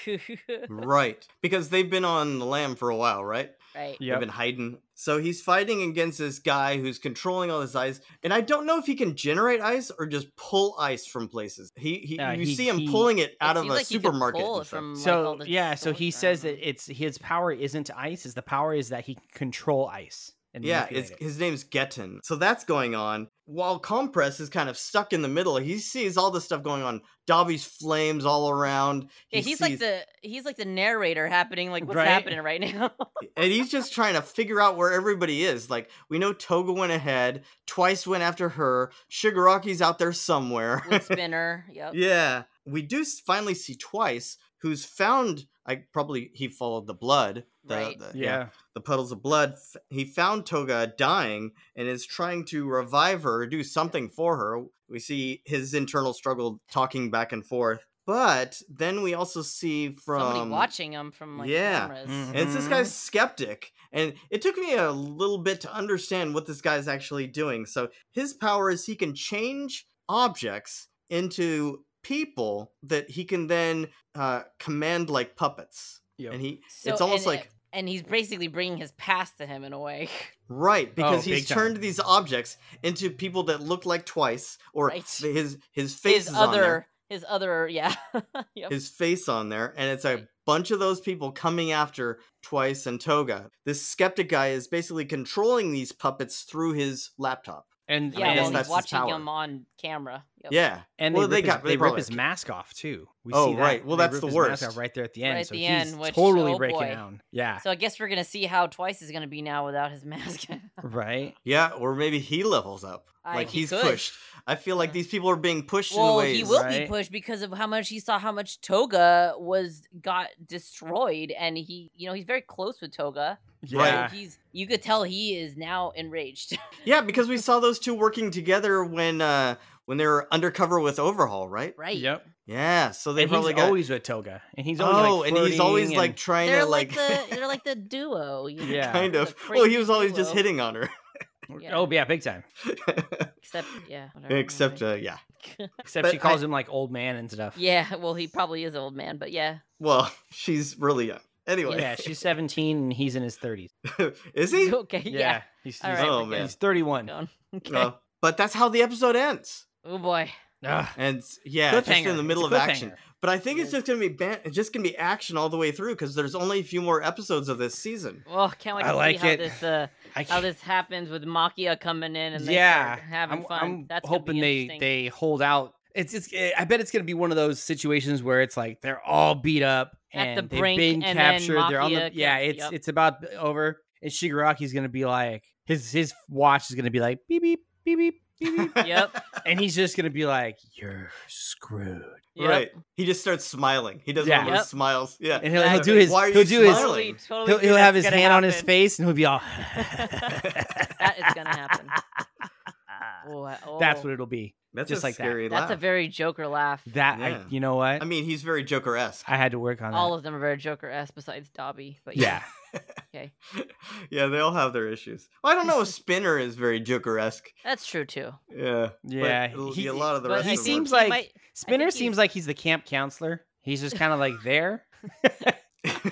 [SPEAKER 1] right. Because they've been on the lam for a while, right?
[SPEAKER 3] right.
[SPEAKER 1] They've
[SPEAKER 2] Yep.
[SPEAKER 1] been hiding. So he's fighting against this guy who's controlling all this ice. And I don't know if he can generate ice or just pull ice from places. He, he
[SPEAKER 2] Uh,
[SPEAKER 1] you
[SPEAKER 2] he-
[SPEAKER 1] see him
[SPEAKER 2] he-
[SPEAKER 1] pulling it out
[SPEAKER 3] It
[SPEAKER 1] of a
[SPEAKER 3] seems like you could
[SPEAKER 1] supermarket.
[SPEAKER 3] pull
[SPEAKER 1] and
[SPEAKER 3] it
[SPEAKER 1] stuff.
[SPEAKER 3] from, like,
[SPEAKER 2] so
[SPEAKER 3] all the
[SPEAKER 2] yeah, so
[SPEAKER 3] stores
[SPEAKER 2] he
[SPEAKER 3] around
[SPEAKER 2] says
[SPEAKER 3] them.
[SPEAKER 2] that it's his power isn't ice, is the power is that he can control ice. And
[SPEAKER 1] yeah,
[SPEAKER 2] manipulate
[SPEAKER 1] it's,
[SPEAKER 2] it.
[SPEAKER 1] his name's Getton. So that's going on. While Compress is kind of stuck in the middle, he sees all this stuff going on. Dobby's flames all around.
[SPEAKER 3] Yeah,
[SPEAKER 1] He
[SPEAKER 3] he's like
[SPEAKER 1] sees-
[SPEAKER 3] the he's like the narrator happening like what's
[SPEAKER 2] Right?
[SPEAKER 3] happening right now.
[SPEAKER 1] and he's just trying to figure out where everybody is. Like we know Toga went ahead, twice went after her. Shigaraki's out there somewhere.
[SPEAKER 3] With Spinner. Yep.
[SPEAKER 1] yeah, we do s- finally see twice who's found. I probably he followed the blood. The,
[SPEAKER 3] Right.
[SPEAKER 1] the-
[SPEAKER 2] yeah.
[SPEAKER 1] the puddles of blood. f- He found Toga dying and is trying to revive her or do something for her. We see his internal struggle talking back and forth. But then we also see from
[SPEAKER 3] Somebody watching him from like
[SPEAKER 1] Yeah. Mm-hmm.
[SPEAKER 3] cameras.
[SPEAKER 2] Mm.
[SPEAKER 1] And it's this
[SPEAKER 2] Mhm.
[SPEAKER 1] guy's skeptic. And it took me a little bit to understand what this guy's actually doing. So his power is he can change objects into people that he can then uh, command like puppets.
[SPEAKER 2] Yep.
[SPEAKER 1] And he
[SPEAKER 3] So-
[SPEAKER 1] it's almost
[SPEAKER 3] and-
[SPEAKER 1] like
[SPEAKER 3] and he's basically bringing his past to him in a way.
[SPEAKER 1] Right, because
[SPEAKER 2] Oh, big
[SPEAKER 1] he's
[SPEAKER 2] time.
[SPEAKER 1] turned these objects into people that look like Twice, or
[SPEAKER 3] Right.
[SPEAKER 1] th- his his face
[SPEAKER 3] his
[SPEAKER 1] is on there,
[SPEAKER 3] other his other yeah. yep.
[SPEAKER 1] his face on there, and it's a
[SPEAKER 3] Right.
[SPEAKER 1] bunch of those people coming after Twice and Toga. This skeptic guy is basically controlling these puppets through his laptop.
[SPEAKER 2] And
[SPEAKER 1] I
[SPEAKER 3] yeah,
[SPEAKER 1] guess that's
[SPEAKER 3] well, he's
[SPEAKER 1] his
[SPEAKER 3] watching
[SPEAKER 1] power.
[SPEAKER 3] him on camera. Yep.
[SPEAKER 1] Yeah,
[SPEAKER 2] And
[SPEAKER 1] Well, they
[SPEAKER 2] they, rip,
[SPEAKER 1] got-
[SPEAKER 2] his,
[SPEAKER 1] they
[SPEAKER 2] they rip
[SPEAKER 1] probably-
[SPEAKER 2] his mask off too. We
[SPEAKER 1] Oh,
[SPEAKER 2] see that.
[SPEAKER 1] right. Well,
[SPEAKER 2] They
[SPEAKER 1] that's
[SPEAKER 2] rip
[SPEAKER 1] the
[SPEAKER 2] his mask
[SPEAKER 1] worst.
[SPEAKER 2] off right there at the end.
[SPEAKER 3] Right at
[SPEAKER 2] so
[SPEAKER 3] the
[SPEAKER 2] he's
[SPEAKER 3] end, which-
[SPEAKER 2] totally
[SPEAKER 3] oh,
[SPEAKER 2] breaking
[SPEAKER 3] boy.
[SPEAKER 2] down. Yeah.
[SPEAKER 3] So I guess we're gonna see how Twice is gonna be now without his mask.
[SPEAKER 2] Right.
[SPEAKER 1] yeah, or maybe he levels up,
[SPEAKER 3] I-
[SPEAKER 1] like
[SPEAKER 3] he
[SPEAKER 1] he's
[SPEAKER 3] could.
[SPEAKER 1] pushed. I feel like
[SPEAKER 3] Yeah.
[SPEAKER 1] these people are being pushed in
[SPEAKER 3] Well,
[SPEAKER 1] ways.
[SPEAKER 3] he will be
[SPEAKER 2] right?
[SPEAKER 3] pushed because of how much he saw how much Toga was got destroyed, and he, you know, he's very close with Toga. so
[SPEAKER 1] Right.
[SPEAKER 2] Yeah.
[SPEAKER 3] he's you could tell he is now enraged.
[SPEAKER 1] Yeah, because we saw those two working together when uh when they were undercover with Overhaul, right?
[SPEAKER 3] right?
[SPEAKER 2] Yep.
[SPEAKER 1] Yeah, so they
[SPEAKER 2] and he's
[SPEAKER 1] probably got.
[SPEAKER 2] always with Toga, and he's always
[SPEAKER 1] oh,
[SPEAKER 2] like
[SPEAKER 1] and he's
[SPEAKER 2] flirting
[SPEAKER 1] always
[SPEAKER 2] and-
[SPEAKER 1] like trying
[SPEAKER 3] They're
[SPEAKER 1] to like,
[SPEAKER 3] like, the they're like the duo. You know,
[SPEAKER 2] Yeah.
[SPEAKER 1] kind
[SPEAKER 3] the
[SPEAKER 1] of. Well, he
[SPEAKER 3] crazy
[SPEAKER 1] was always just
[SPEAKER 3] duo.
[SPEAKER 1] hitting on her.
[SPEAKER 3] yeah.
[SPEAKER 2] Oh yeah, big time.
[SPEAKER 3] Except yeah. whatever,
[SPEAKER 1] Except,
[SPEAKER 3] anyway.
[SPEAKER 1] uh, yeah.
[SPEAKER 2] Except
[SPEAKER 1] But
[SPEAKER 2] she calls him like old man and stuff.
[SPEAKER 3] yeah. Well, he probably is old man, but yeah.
[SPEAKER 1] Well, she's really young. Anyway,
[SPEAKER 2] Yeah, she's 17 and he's in his 30s.
[SPEAKER 1] is he?
[SPEAKER 3] Okay.
[SPEAKER 2] Yeah,
[SPEAKER 3] Yeah.
[SPEAKER 2] he's,
[SPEAKER 3] All
[SPEAKER 2] he's,
[SPEAKER 3] right.
[SPEAKER 1] Oh,
[SPEAKER 3] we're good.
[SPEAKER 1] man.
[SPEAKER 2] he's 31.
[SPEAKER 3] Done. Okay.
[SPEAKER 1] Well, but that's how the episode ends.
[SPEAKER 3] Oh boy.
[SPEAKER 2] Ugh.
[SPEAKER 1] And s- yeah, just
[SPEAKER 2] Cliffhanger.
[SPEAKER 1] in the middle
[SPEAKER 2] It's
[SPEAKER 1] of
[SPEAKER 2] a
[SPEAKER 1] action.
[SPEAKER 2] cliffhanger.
[SPEAKER 1] But I think it's
[SPEAKER 3] Yes.
[SPEAKER 1] just gonna be ban- it's just gonna be action all the way through because there's only a few more episodes of this season.
[SPEAKER 3] Well, can't wait
[SPEAKER 2] I
[SPEAKER 3] to
[SPEAKER 2] like
[SPEAKER 3] see how
[SPEAKER 2] it.
[SPEAKER 3] this uh,
[SPEAKER 2] I
[SPEAKER 3] how
[SPEAKER 2] can't-
[SPEAKER 3] this happens with Makia coming in and they
[SPEAKER 2] yeah,
[SPEAKER 3] start having
[SPEAKER 2] I'm,
[SPEAKER 3] fun.
[SPEAKER 2] I'm
[SPEAKER 3] That's gonna
[SPEAKER 2] hoping
[SPEAKER 3] be
[SPEAKER 2] they
[SPEAKER 3] interesting.
[SPEAKER 2] they hold out. It's it's. eh, I bet it's gonna be one of those situations where it's like they're all beat up
[SPEAKER 3] At
[SPEAKER 2] and
[SPEAKER 3] the
[SPEAKER 2] they've
[SPEAKER 3] brink,
[SPEAKER 2] been
[SPEAKER 3] and then
[SPEAKER 2] captured. they're on the
[SPEAKER 3] Mafia
[SPEAKER 2] yeah.
[SPEAKER 3] cap-
[SPEAKER 2] It's
[SPEAKER 3] yep.
[SPEAKER 2] it's about over. And Shigaraki's gonna be like his his watch is gonna be like beep beep beep beep beep, beep.
[SPEAKER 3] Yep.
[SPEAKER 2] and he's just gonna be like you're screwed.
[SPEAKER 3] yep.
[SPEAKER 1] Right. He just starts smiling. He does
[SPEAKER 2] Yeah.
[SPEAKER 1] one of those
[SPEAKER 3] Yep.
[SPEAKER 1] smiles. Yeah.
[SPEAKER 2] And he'll, he'll do
[SPEAKER 3] Exactly.
[SPEAKER 2] his
[SPEAKER 1] Why are
[SPEAKER 2] he'll
[SPEAKER 1] you
[SPEAKER 2] do his
[SPEAKER 1] smiling?
[SPEAKER 3] Totally, totally
[SPEAKER 2] he'll,
[SPEAKER 3] do
[SPEAKER 2] he'll
[SPEAKER 3] that's
[SPEAKER 2] have his
[SPEAKER 3] gonna
[SPEAKER 2] hand on his
[SPEAKER 3] happen.
[SPEAKER 2] face and he'll be all
[SPEAKER 3] That is gonna happen. Oh, I-
[SPEAKER 2] That's
[SPEAKER 3] oh,
[SPEAKER 2] what it'll be.
[SPEAKER 1] That's
[SPEAKER 2] Just
[SPEAKER 1] a
[SPEAKER 2] like that.
[SPEAKER 1] scary
[SPEAKER 3] That's a
[SPEAKER 1] laugh.
[SPEAKER 3] very Joker laugh.
[SPEAKER 2] That
[SPEAKER 1] Yeah.
[SPEAKER 2] I, you know what
[SPEAKER 1] I mean, he's very Joker esque.
[SPEAKER 2] I had to work on that.
[SPEAKER 3] All of them are very Joker esque besides Dobby. But
[SPEAKER 2] yeah.
[SPEAKER 3] Okay.
[SPEAKER 1] yeah, they all have their issues. Well, I don't know if Spinner is very Joker esque.
[SPEAKER 3] That's true too.
[SPEAKER 1] Yeah.
[SPEAKER 2] Yeah,
[SPEAKER 1] But
[SPEAKER 2] he-
[SPEAKER 1] he, a lot of the
[SPEAKER 3] but
[SPEAKER 1] rest
[SPEAKER 3] I
[SPEAKER 2] he
[SPEAKER 1] of
[SPEAKER 3] think
[SPEAKER 1] them
[SPEAKER 2] seems
[SPEAKER 1] are-
[SPEAKER 2] like-
[SPEAKER 3] might-
[SPEAKER 2] Spinner
[SPEAKER 3] he's-
[SPEAKER 2] seems like he's the camp counselor. He's just kind of like there.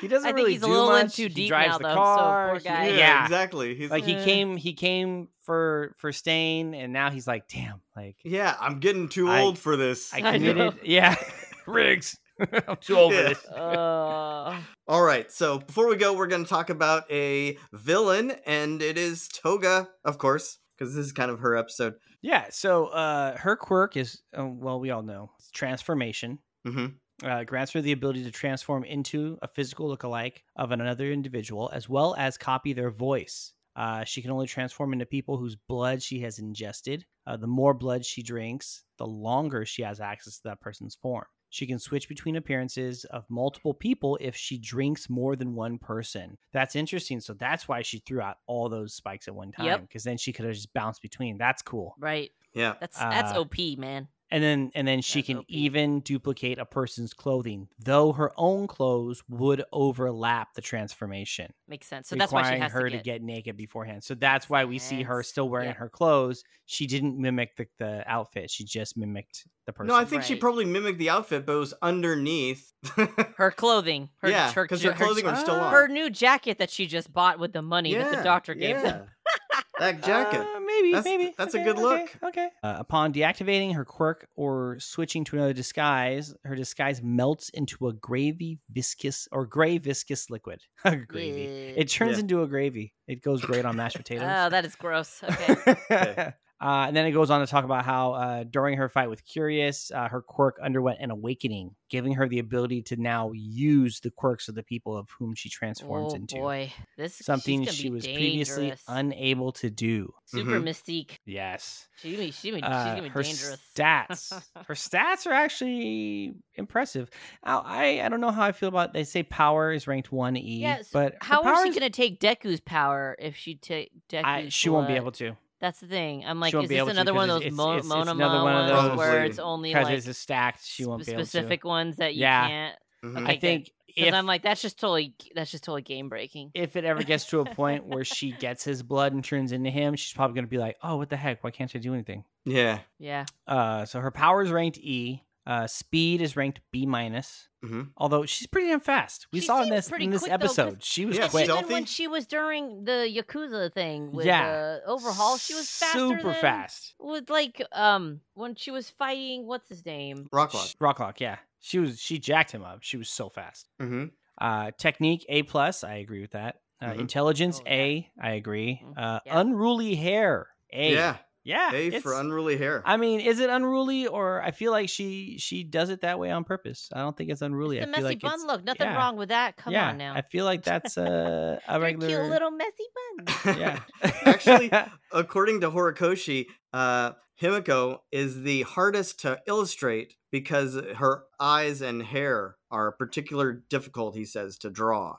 [SPEAKER 2] he doesn't
[SPEAKER 3] I think
[SPEAKER 2] really
[SPEAKER 3] he's a
[SPEAKER 2] do
[SPEAKER 3] little in
[SPEAKER 2] much.
[SPEAKER 3] too
[SPEAKER 2] he
[SPEAKER 3] deep
[SPEAKER 2] drives
[SPEAKER 3] now,
[SPEAKER 2] the
[SPEAKER 3] though, so poor
[SPEAKER 2] car. he-
[SPEAKER 3] guy.
[SPEAKER 1] yeah,
[SPEAKER 2] yeah,
[SPEAKER 1] exactly. He's
[SPEAKER 2] like
[SPEAKER 1] like,
[SPEAKER 2] he
[SPEAKER 3] Uh.
[SPEAKER 2] came he came for for Stain, and now he's like, damn, like
[SPEAKER 1] yeah, I'm getting too
[SPEAKER 2] I-
[SPEAKER 1] old for this.
[SPEAKER 2] I
[SPEAKER 3] I know.
[SPEAKER 2] committed. yeah, Riggs, I'm too old for
[SPEAKER 1] Yeah.
[SPEAKER 2] this.
[SPEAKER 3] Uh,
[SPEAKER 1] All right, so before we go, we're going to talk about a villain, and it is Toga, of course, because this is kind of her episode.
[SPEAKER 2] Yeah. So uh, her quirk is uh, well, we all know it's transformation.
[SPEAKER 1] hmm
[SPEAKER 2] uh, grants her the ability to transform into a physical lookalike of another individual as well as copy their voice. Uh, she can only transform into people whose blood she has ingested. Uh, the more blood she drinks, the longer she has access to that person's form. She can switch between appearances of multiple people if she drinks more than one person. That's interesting. So that's why she threw out all those spikes at one
[SPEAKER 3] Yep.
[SPEAKER 2] time because then she could have just bounced between. That's cool
[SPEAKER 3] right.
[SPEAKER 1] Yeah.
[SPEAKER 3] That's that's
[SPEAKER 2] Uh,
[SPEAKER 3] OP, man.
[SPEAKER 2] and then and then she
[SPEAKER 3] That's
[SPEAKER 2] can
[SPEAKER 3] OP.
[SPEAKER 2] even duplicate a person's clothing though her own clothes would overlap the transformation
[SPEAKER 3] Makes sense. So that's why she has
[SPEAKER 2] her
[SPEAKER 3] to get.
[SPEAKER 2] naked beforehand so that's why we see her
[SPEAKER 3] Yes.
[SPEAKER 2] still wearing
[SPEAKER 3] Yep.
[SPEAKER 2] her clothes she didn't mimic the, the outfit she just mimicked the person
[SPEAKER 1] No, I think she
[SPEAKER 3] Right.
[SPEAKER 1] probably mimicked the outfit, but it was underneath.
[SPEAKER 3] her clothing. Her,
[SPEAKER 1] yeah,
[SPEAKER 3] her,
[SPEAKER 1] because her, clothing was still
[SPEAKER 2] Ah.
[SPEAKER 1] on.
[SPEAKER 3] her new jacket that she just bought with the money that the
[SPEAKER 1] Yeah,
[SPEAKER 3] doctor gave them.
[SPEAKER 1] yeah. that jacket.
[SPEAKER 2] Uh, maybe,
[SPEAKER 1] That's-
[SPEAKER 2] maybe.
[SPEAKER 1] that's a good
[SPEAKER 2] okay,
[SPEAKER 1] look.
[SPEAKER 2] Okay. Uh, upon deactivating her quirk or switching to another disguise, her disguise melts into a gravy viscous or gray viscous liquid. gravy.
[SPEAKER 3] Yeah.
[SPEAKER 2] It turns
[SPEAKER 1] Yeah.
[SPEAKER 2] into a gravy. It goes great on mashed potatoes.
[SPEAKER 3] Oh, that is gross. Okay. Ah,
[SPEAKER 1] Okay.
[SPEAKER 2] Uh, and then it goes on to talk about how uh, during her fight with Curious, uh, her quirk underwent an awakening, giving her the ability to now use the quirks of the people of whom she transforms
[SPEAKER 3] oh
[SPEAKER 2] into.
[SPEAKER 3] boy, this she's
[SPEAKER 2] Something
[SPEAKER 3] gonna
[SPEAKER 2] she
[SPEAKER 3] be
[SPEAKER 2] was previously
[SPEAKER 3] dangerous.
[SPEAKER 2] unable to do.
[SPEAKER 3] super
[SPEAKER 1] Mhm.
[SPEAKER 3] mystique.
[SPEAKER 2] Yes.
[SPEAKER 3] She gonna be- she gonna be- she's
[SPEAKER 2] Uh,
[SPEAKER 3] gonna be
[SPEAKER 2] her
[SPEAKER 3] dangerous.
[SPEAKER 2] stats. her stats are actually impressive. Now, I I don't know how I feel about. They say power is ranked one E,
[SPEAKER 3] Yes,
[SPEAKER 2] but her
[SPEAKER 3] How is
[SPEAKER 2] power
[SPEAKER 3] she gonna take Deku's power if she take Deku's?
[SPEAKER 2] I, she won't be
[SPEAKER 3] blood?
[SPEAKER 2] able to
[SPEAKER 3] That's the thing. I'm like,
[SPEAKER 2] won't
[SPEAKER 3] is
[SPEAKER 2] be
[SPEAKER 3] this
[SPEAKER 2] able to
[SPEAKER 3] another one of
[SPEAKER 2] because it's-
[SPEAKER 3] those Mo-
[SPEAKER 2] it's- it's
[SPEAKER 3] Mona
[SPEAKER 2] another one of
[SPEAKER 3] Momas
[SPEAKER 1] those
[SPEAKER 3] where
[SPEAKER 1] Probably.
[SPEAKER 3] it's only
[SPEAKER 2] because
[SPEAKER 3] like
[SPEAKER 2] it's a stacked. She
[SPEAKER 3] sp-
[SPEAKER 2] won't be able to.
[SPEAKER 3] specific ones that you
[SPEAKER 2] Yeah.
[SPEAKER 3] can't.
[SPEAKER 1] Mhm.
[SPEAKER 3] Okay.
[SPEAKER 2] I think if
[SPEAKER 3] Because I'm like, that's just totally that's just totally game breaking.
[SPEAKER 2] if it ever gets to a point where she gets his blood and turns into him, she's probably going to be like, "Oh, what the heck? Why can't I do anything?"
[SPEAKER 1] Yeah.
[SPEAKER 3] Yeah.
[SPEAKER 2] Uh, so her power is ranked E. Uh, speed is ranked B minus.
[SPEAKER 1] Mhm.
[SPEAKER 2] Although she's pretty damn fast. We
[SPEAKER 3] She
[SPEAKER 2] saw in
[SPEAKER 3] seems
[SPEAKER 2] this
[SPEAKER 3] pretty
[SPEAKER 2] in this
[SPEAKER 3] quick, though, 'cause-
[SPEAKER 2] episode, she was
[SPEAKER 1] Yeah,
[SPEAKER 2] quick.
[SPEAKER 1] she's
[SPEAKER 3] Even when
[SPEAKER 1] Stealthy?
[SPEAKER 3] she was during the Yakuza thing with
[SPEAKER 2] Yeah.
[SPEAKER 3] uh, overhaul, she was faster
[SPEAKER 2] super
[SPEAKER 3] than-
[SPEAKER 2] fast.
[SPEAKER 3] With like um when she was fighting, what's his name?
[SPEAKER 1] Rock lock.
[SPEAKER 2] Sh- Rock lock, yeah. She was she jacked him up. She was so fast.
[SPEAKER 1] hmm
[SPEAKER 2] Uh, technique A plus. I agree with that. Uh,
[SPEAKER 1] Mhm.
[SPEAKER 2] Intelligence
[SPEAKER 3] Oh, yeah.
[SPEAKER 2] A. I agree.
[SPEAKER 3] Mhm.
[SPEAKER 2] Uh,
[SPEAKER 3] Yeah.
[SPEAKER 2] Unruly hair A.
[SPEAKER 1] Yeah.
[SPEAKER 2] yeah.
[SPEAKER 1] A
[SPEAKER 2] it's-
[SPEAKER 1] for unruly hair.
[SPEAKER 2] I mean, is it unruly or I feel like she she does it that way on purpose. I don't think it's unruely.
[SPEAKER 3] It's the
[SPEAKER 2] I feel
[SPEAKER 3] messy
[SPEAKER 2] like
[SPEAKER 3] bun
[SPEAKER 2] it's,
[SPEAKER 3] look. Nothing
[SPEAKER 2] yeah.
[SPEAKER 3] wrong with that. Come
[SPEAKER 2] yeah,
[SPEAKER 3] on now.
[SPEAKER 2] I feel like that's a a
[SPEAKER 3] They're
[SPEAKER 2] regular
[SPEAKER 3] cute little messy buns.
[SPEAKER 2] yeah.
[SPEAKER 1] Actually, According to Horikoshi, uh, Himiko is the hardest to illustrate because her eyes and hair are a particular difficult, he says, to draw.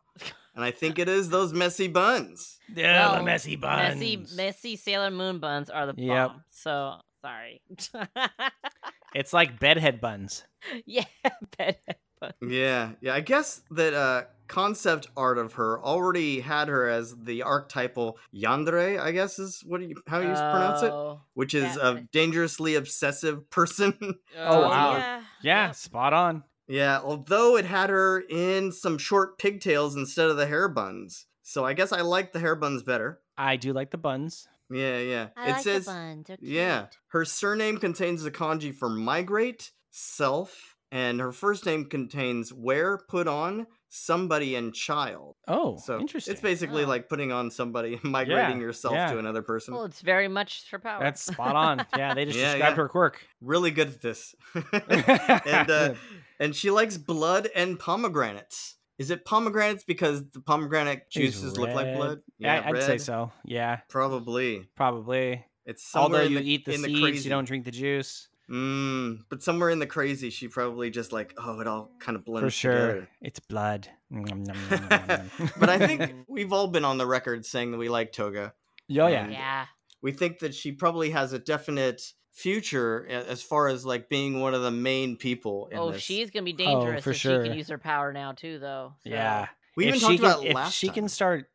[SPEAKER 1] And I think it is those messy buns.
[SPEAKER 2] yeah, the
[SPEAKER 3] well,
[SPEAKER 2] messy buns.
[SPEAKER 3] Messy, messy Sailor Moon buns are the bomb.
[SPEAKER 2] Yep.
[SPEAKER 3] So sorry.
[SPEAKER 2] It's like bedhead buns.
[SPEAKER 3] yeah, bed buns.
[SPEAKER 1] Yeah, yeah. I guess that uh, concept art of her already had her as the archetypal yandere. I guess is what you, how you pronounce it,
[SPEAKER 3] Oh,
[SPEAKER 1] which is
[SPEAKER 3] that-
[SPEAKER 1] a dangerously obsessive person.
[SPEAKER 3] oh,
[SPEAKER 2] wow.
[SPEAKER 3] Yeah.
[SPEAKER 2] Yeah,
[SPEAKER 3] yep.
[SPEAKER 2] spot on.
[SPEAKER 1] Yeah, although it had her in some short pigtails instead of the hair buns. So I guess I like the hair buns better.
[SPEAKER 2] I do like the buns.
[SPEAKER 1] Yeah, yeah.
[SPEAKER 3] I
[SPEAKER 1] it
[SPEAKER 3] like
[SPEAKER 1] says
[SPEAKER 3] the buns. They're cute.
[SPEAKER 1] Yeah. Her surname contains the kanji for migrate, self, and her first name contains wear, put on, somebody and child.
[SPEAKER 2] Oh,
[SPEAKER 1] So
[SPEAKER 2] interesting.
[SPEAKER 1] it's basically
[SPEAKER 3] Oh.
[SPEAKER 1] like putting on somebody and migrating yourself
[SPEAKER 2] yeah.
[SPEAKER 1] to another person.
[SPEAKER 3] Well, Oh, it's very much her power.
[SPEAKER 2] that's spot on. Yeah, they just
[SPEAKER 1] Yeah,
[SPEAKER 2] described
[SPEAKER 1] yeah.
[SPEAKER 2] her quirk.
[SPEAKER 1] Really good at this.
[SPEAKER 2] and
[SPEAKER 1] and uh, and she likes blood and pomegranates. Is it pomegranates because the pomegranate
[SPEAKER 2] It's
[SPEAKER 1] juices look like
[SPEAKER 2] red.
[SPEAKER 1] blood?
[SPEAKER 2] yeah, I'd say
[SPEAKER 1] red.
[SPEAKER 2] so. Yeah,
[SPEAKER 1] Probably.
[SPEAKER 2] probably.
[SPEAKER 1] It's somewhere
[SPEAKER 2] Although
[SPEAKER 1] in
[SPEAKER 2] you
[SPEAKER 1] the,
[SPEAKER 2] eat the
[SPEAKER 1] in
[SPEAKER 2] seeds,
[SPEAKER 1] the crazy.
[SPEAKER 2] you don't drink the juice.
[SPEAKER 1] Mm, but somewhere in the crazy, she probably just like, oh, it all kind of blends
[SPEAKER 2] for sure.
[SPEAKER 1] together.
[SPEAKER 2] It's blood. Nom, nom, nom, nom, nom.
[SPEAKER 1] But I think we've all been on the record saying that we like Toga.
[SPEAKER 2] oh yeah,
[SPEAKER 3] yeah.
[SPEAKER 1] We think that she probably has a definite future a- as far as like being one of the main people. In
[SPEAKER 3] Oh,
[SPEAKER 1] this.
[SPEAKER 3] she's gonna be
[SPEAKER 2] Oh,
[SPEAKER 3] dangerous
[SPEAKER 2] for
[SPEAKER 3] if she
[SPEAKER 2] sure.
[SPEAKER 3] can use her power now too, though. so-
[SPEAKER 2] yeah.
[SPEAKER 1] We
[SPEAKER 2] if
[SPEAKER 1] even
[SPEAKER 2] she
[SPEAKER 1] talked
[SPEAKER 2] can,
[SPEAKER 1] about it
[SPEAKER 2] if
[SPEAKER 1] last
[SPEAKER 2] she
[SPEAKER 1] time.
[SPEAKER 2] can start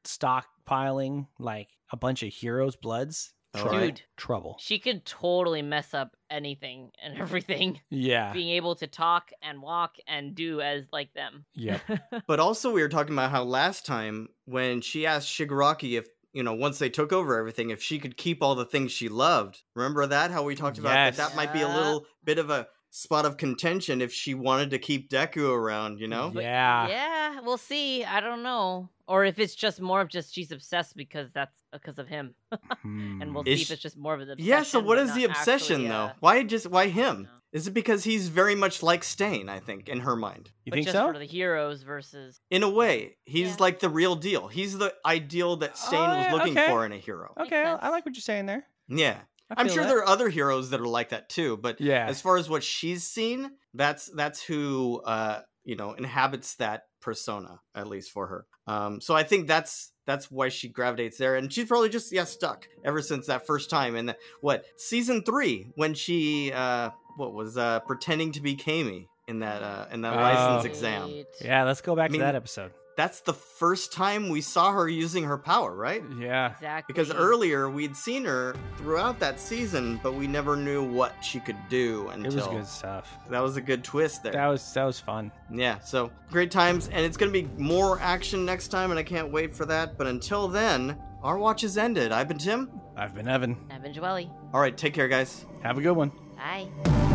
[SPEAKER 2] stockpiling like a bunch of heroes bloods,
[SPEAKER 1] All
[SPEAKER 2] trouble.
[SPEAKER 1] Oh, right.
[SPEAKER 3] Dude,
[SPEAKER 2] trouble.
[SPEAKER 3] she could totally mess up anything and everything.
[SPEAKER 2] Yeah,
[SPEAKER 3] Being able to talk and walk and do as like them.
[SPEAKER 2] Yep.
[SPEAKER 1] But also, we were talking about how last time when she asked Shigaraki if you know once they took over everything, if she could keep all the things she loved. Remember that? How we talked about
[SPEAKER 2] Yes.
[SPEAKER 1] that? That might be a
[SPEAKER 3] Yeah.
[SPEAKER 1] little bit of a spot of contention if she wanted to keep Deku around. You know?
[SPEAKER 2] But- Yeah.
[SPEAKER 3] Yeah, we'll see. I don't know. Or if it's just more of just she's obsessed because that's because of him. And we'll
[SPEAKER 2] Hmm.
[SPEAKER 3] see
[SPEAKER 1] Is
[SPEAKER 3] if
[SPEAKER 1] she-
[SPEAKER 3] it's just more of an obsession.
[SPEAKER 1] Yeah. So what
[SPEAKER 3] but
[SPEAKER 1] is
[SPEAKER 3] not
[SPEAKER 1] the obsession
[SPEAKER 3] actually,
[SPEAKER 1] though?
[SPEAKER 3] uh,
[SPEAKER 1] Why just why him?
[SPEAKER 3] know.
[SPEAKER 1] Is it because he's very much like Stain? I think in her mind.
[SPEAKER 2] you
[SPEAKER 3] but
[SPEAKER 2] think
[SPEAKER 3] just
[SPEAKER 2] so?
[SPEAKER 3] for the heroes versus
[SPEAKER 1] In a way, he's
[SPEAKER 3] Yeah.
[SPEAKER 1] like the real deal. He's the ideal that Stain
[SPEAKER 2] Oh,
[SPEAKER 1] was
[SPEAKER 2] yeah,
[SPEAKER 1] looking
[SPEAKER 2] okay.
[SPEAKER 1] for in a hero.
[SPEAKER 3] Makes
[SPEAKER 2] okay, I
[SPEAKER 3] sense.
[SPEAKER 2] like what you're saying there.
[SPEAKER 1] Yeah.
[SPEAKER 2] I
[SPEAKER 1] I'm
[SPEAKER 2] feel
[SPEAKER 1] sure
[SPEAKER 2] that.
[SPEAKER 1] there are other heroes that are like that too, but
[SPEAKER 2] Yeah,
[SPEAKER 1] as far as what she's seen, that's that's who uh, you know inhabits that persona at least for her. Um, so I think that's that's why she gravitates there, and she's probably just yeah stuck ever since that first time. And what season three when she uh, what was uh, pretending to be Kami in that uh, in that
[SPEAKER 2] Oh.
[SPEAKER 1] license exam.
[SPEAKER 3] Right.
[SPEAKER 2] yeah. Let's go
[SPEAKER 1] I
[SPEAKER 2] back
[SPEAKER 1] mean-
[SPEAKER 2] to that episode.
[SPEAKER 1] That's the first time we saw her using her power, right?
[SPEAKER 2] Yeah,
[SPEAKER 3] Exactly.
[SPEAKER 1] Because
[SPEAKER 2] Mm-hmm.
[SPEAKER 1] earlier we'd seen her throughout that season, but we never knew what she could do
[SPEAKER 2] it
[SPEAKER 1] until
[SPEAKER 2] was good stuff.
[SPEAKER 1] that was a good twist there.
[SPEAKER 2] That was that was fun.
[SPEAKER 1] Yeah, so great times, and it's going to be more action next time, and I can't wait for that. But until then, our watch is ended. I've been Tim.
[SPEAKER 2] I've been Evan.
[SPEAKER 3] Evan Joelli.
[SPEAKER 1] All right, take care, guys.
[SPEAKER 2] Have a good one.
[SPEAKER 3] Bye.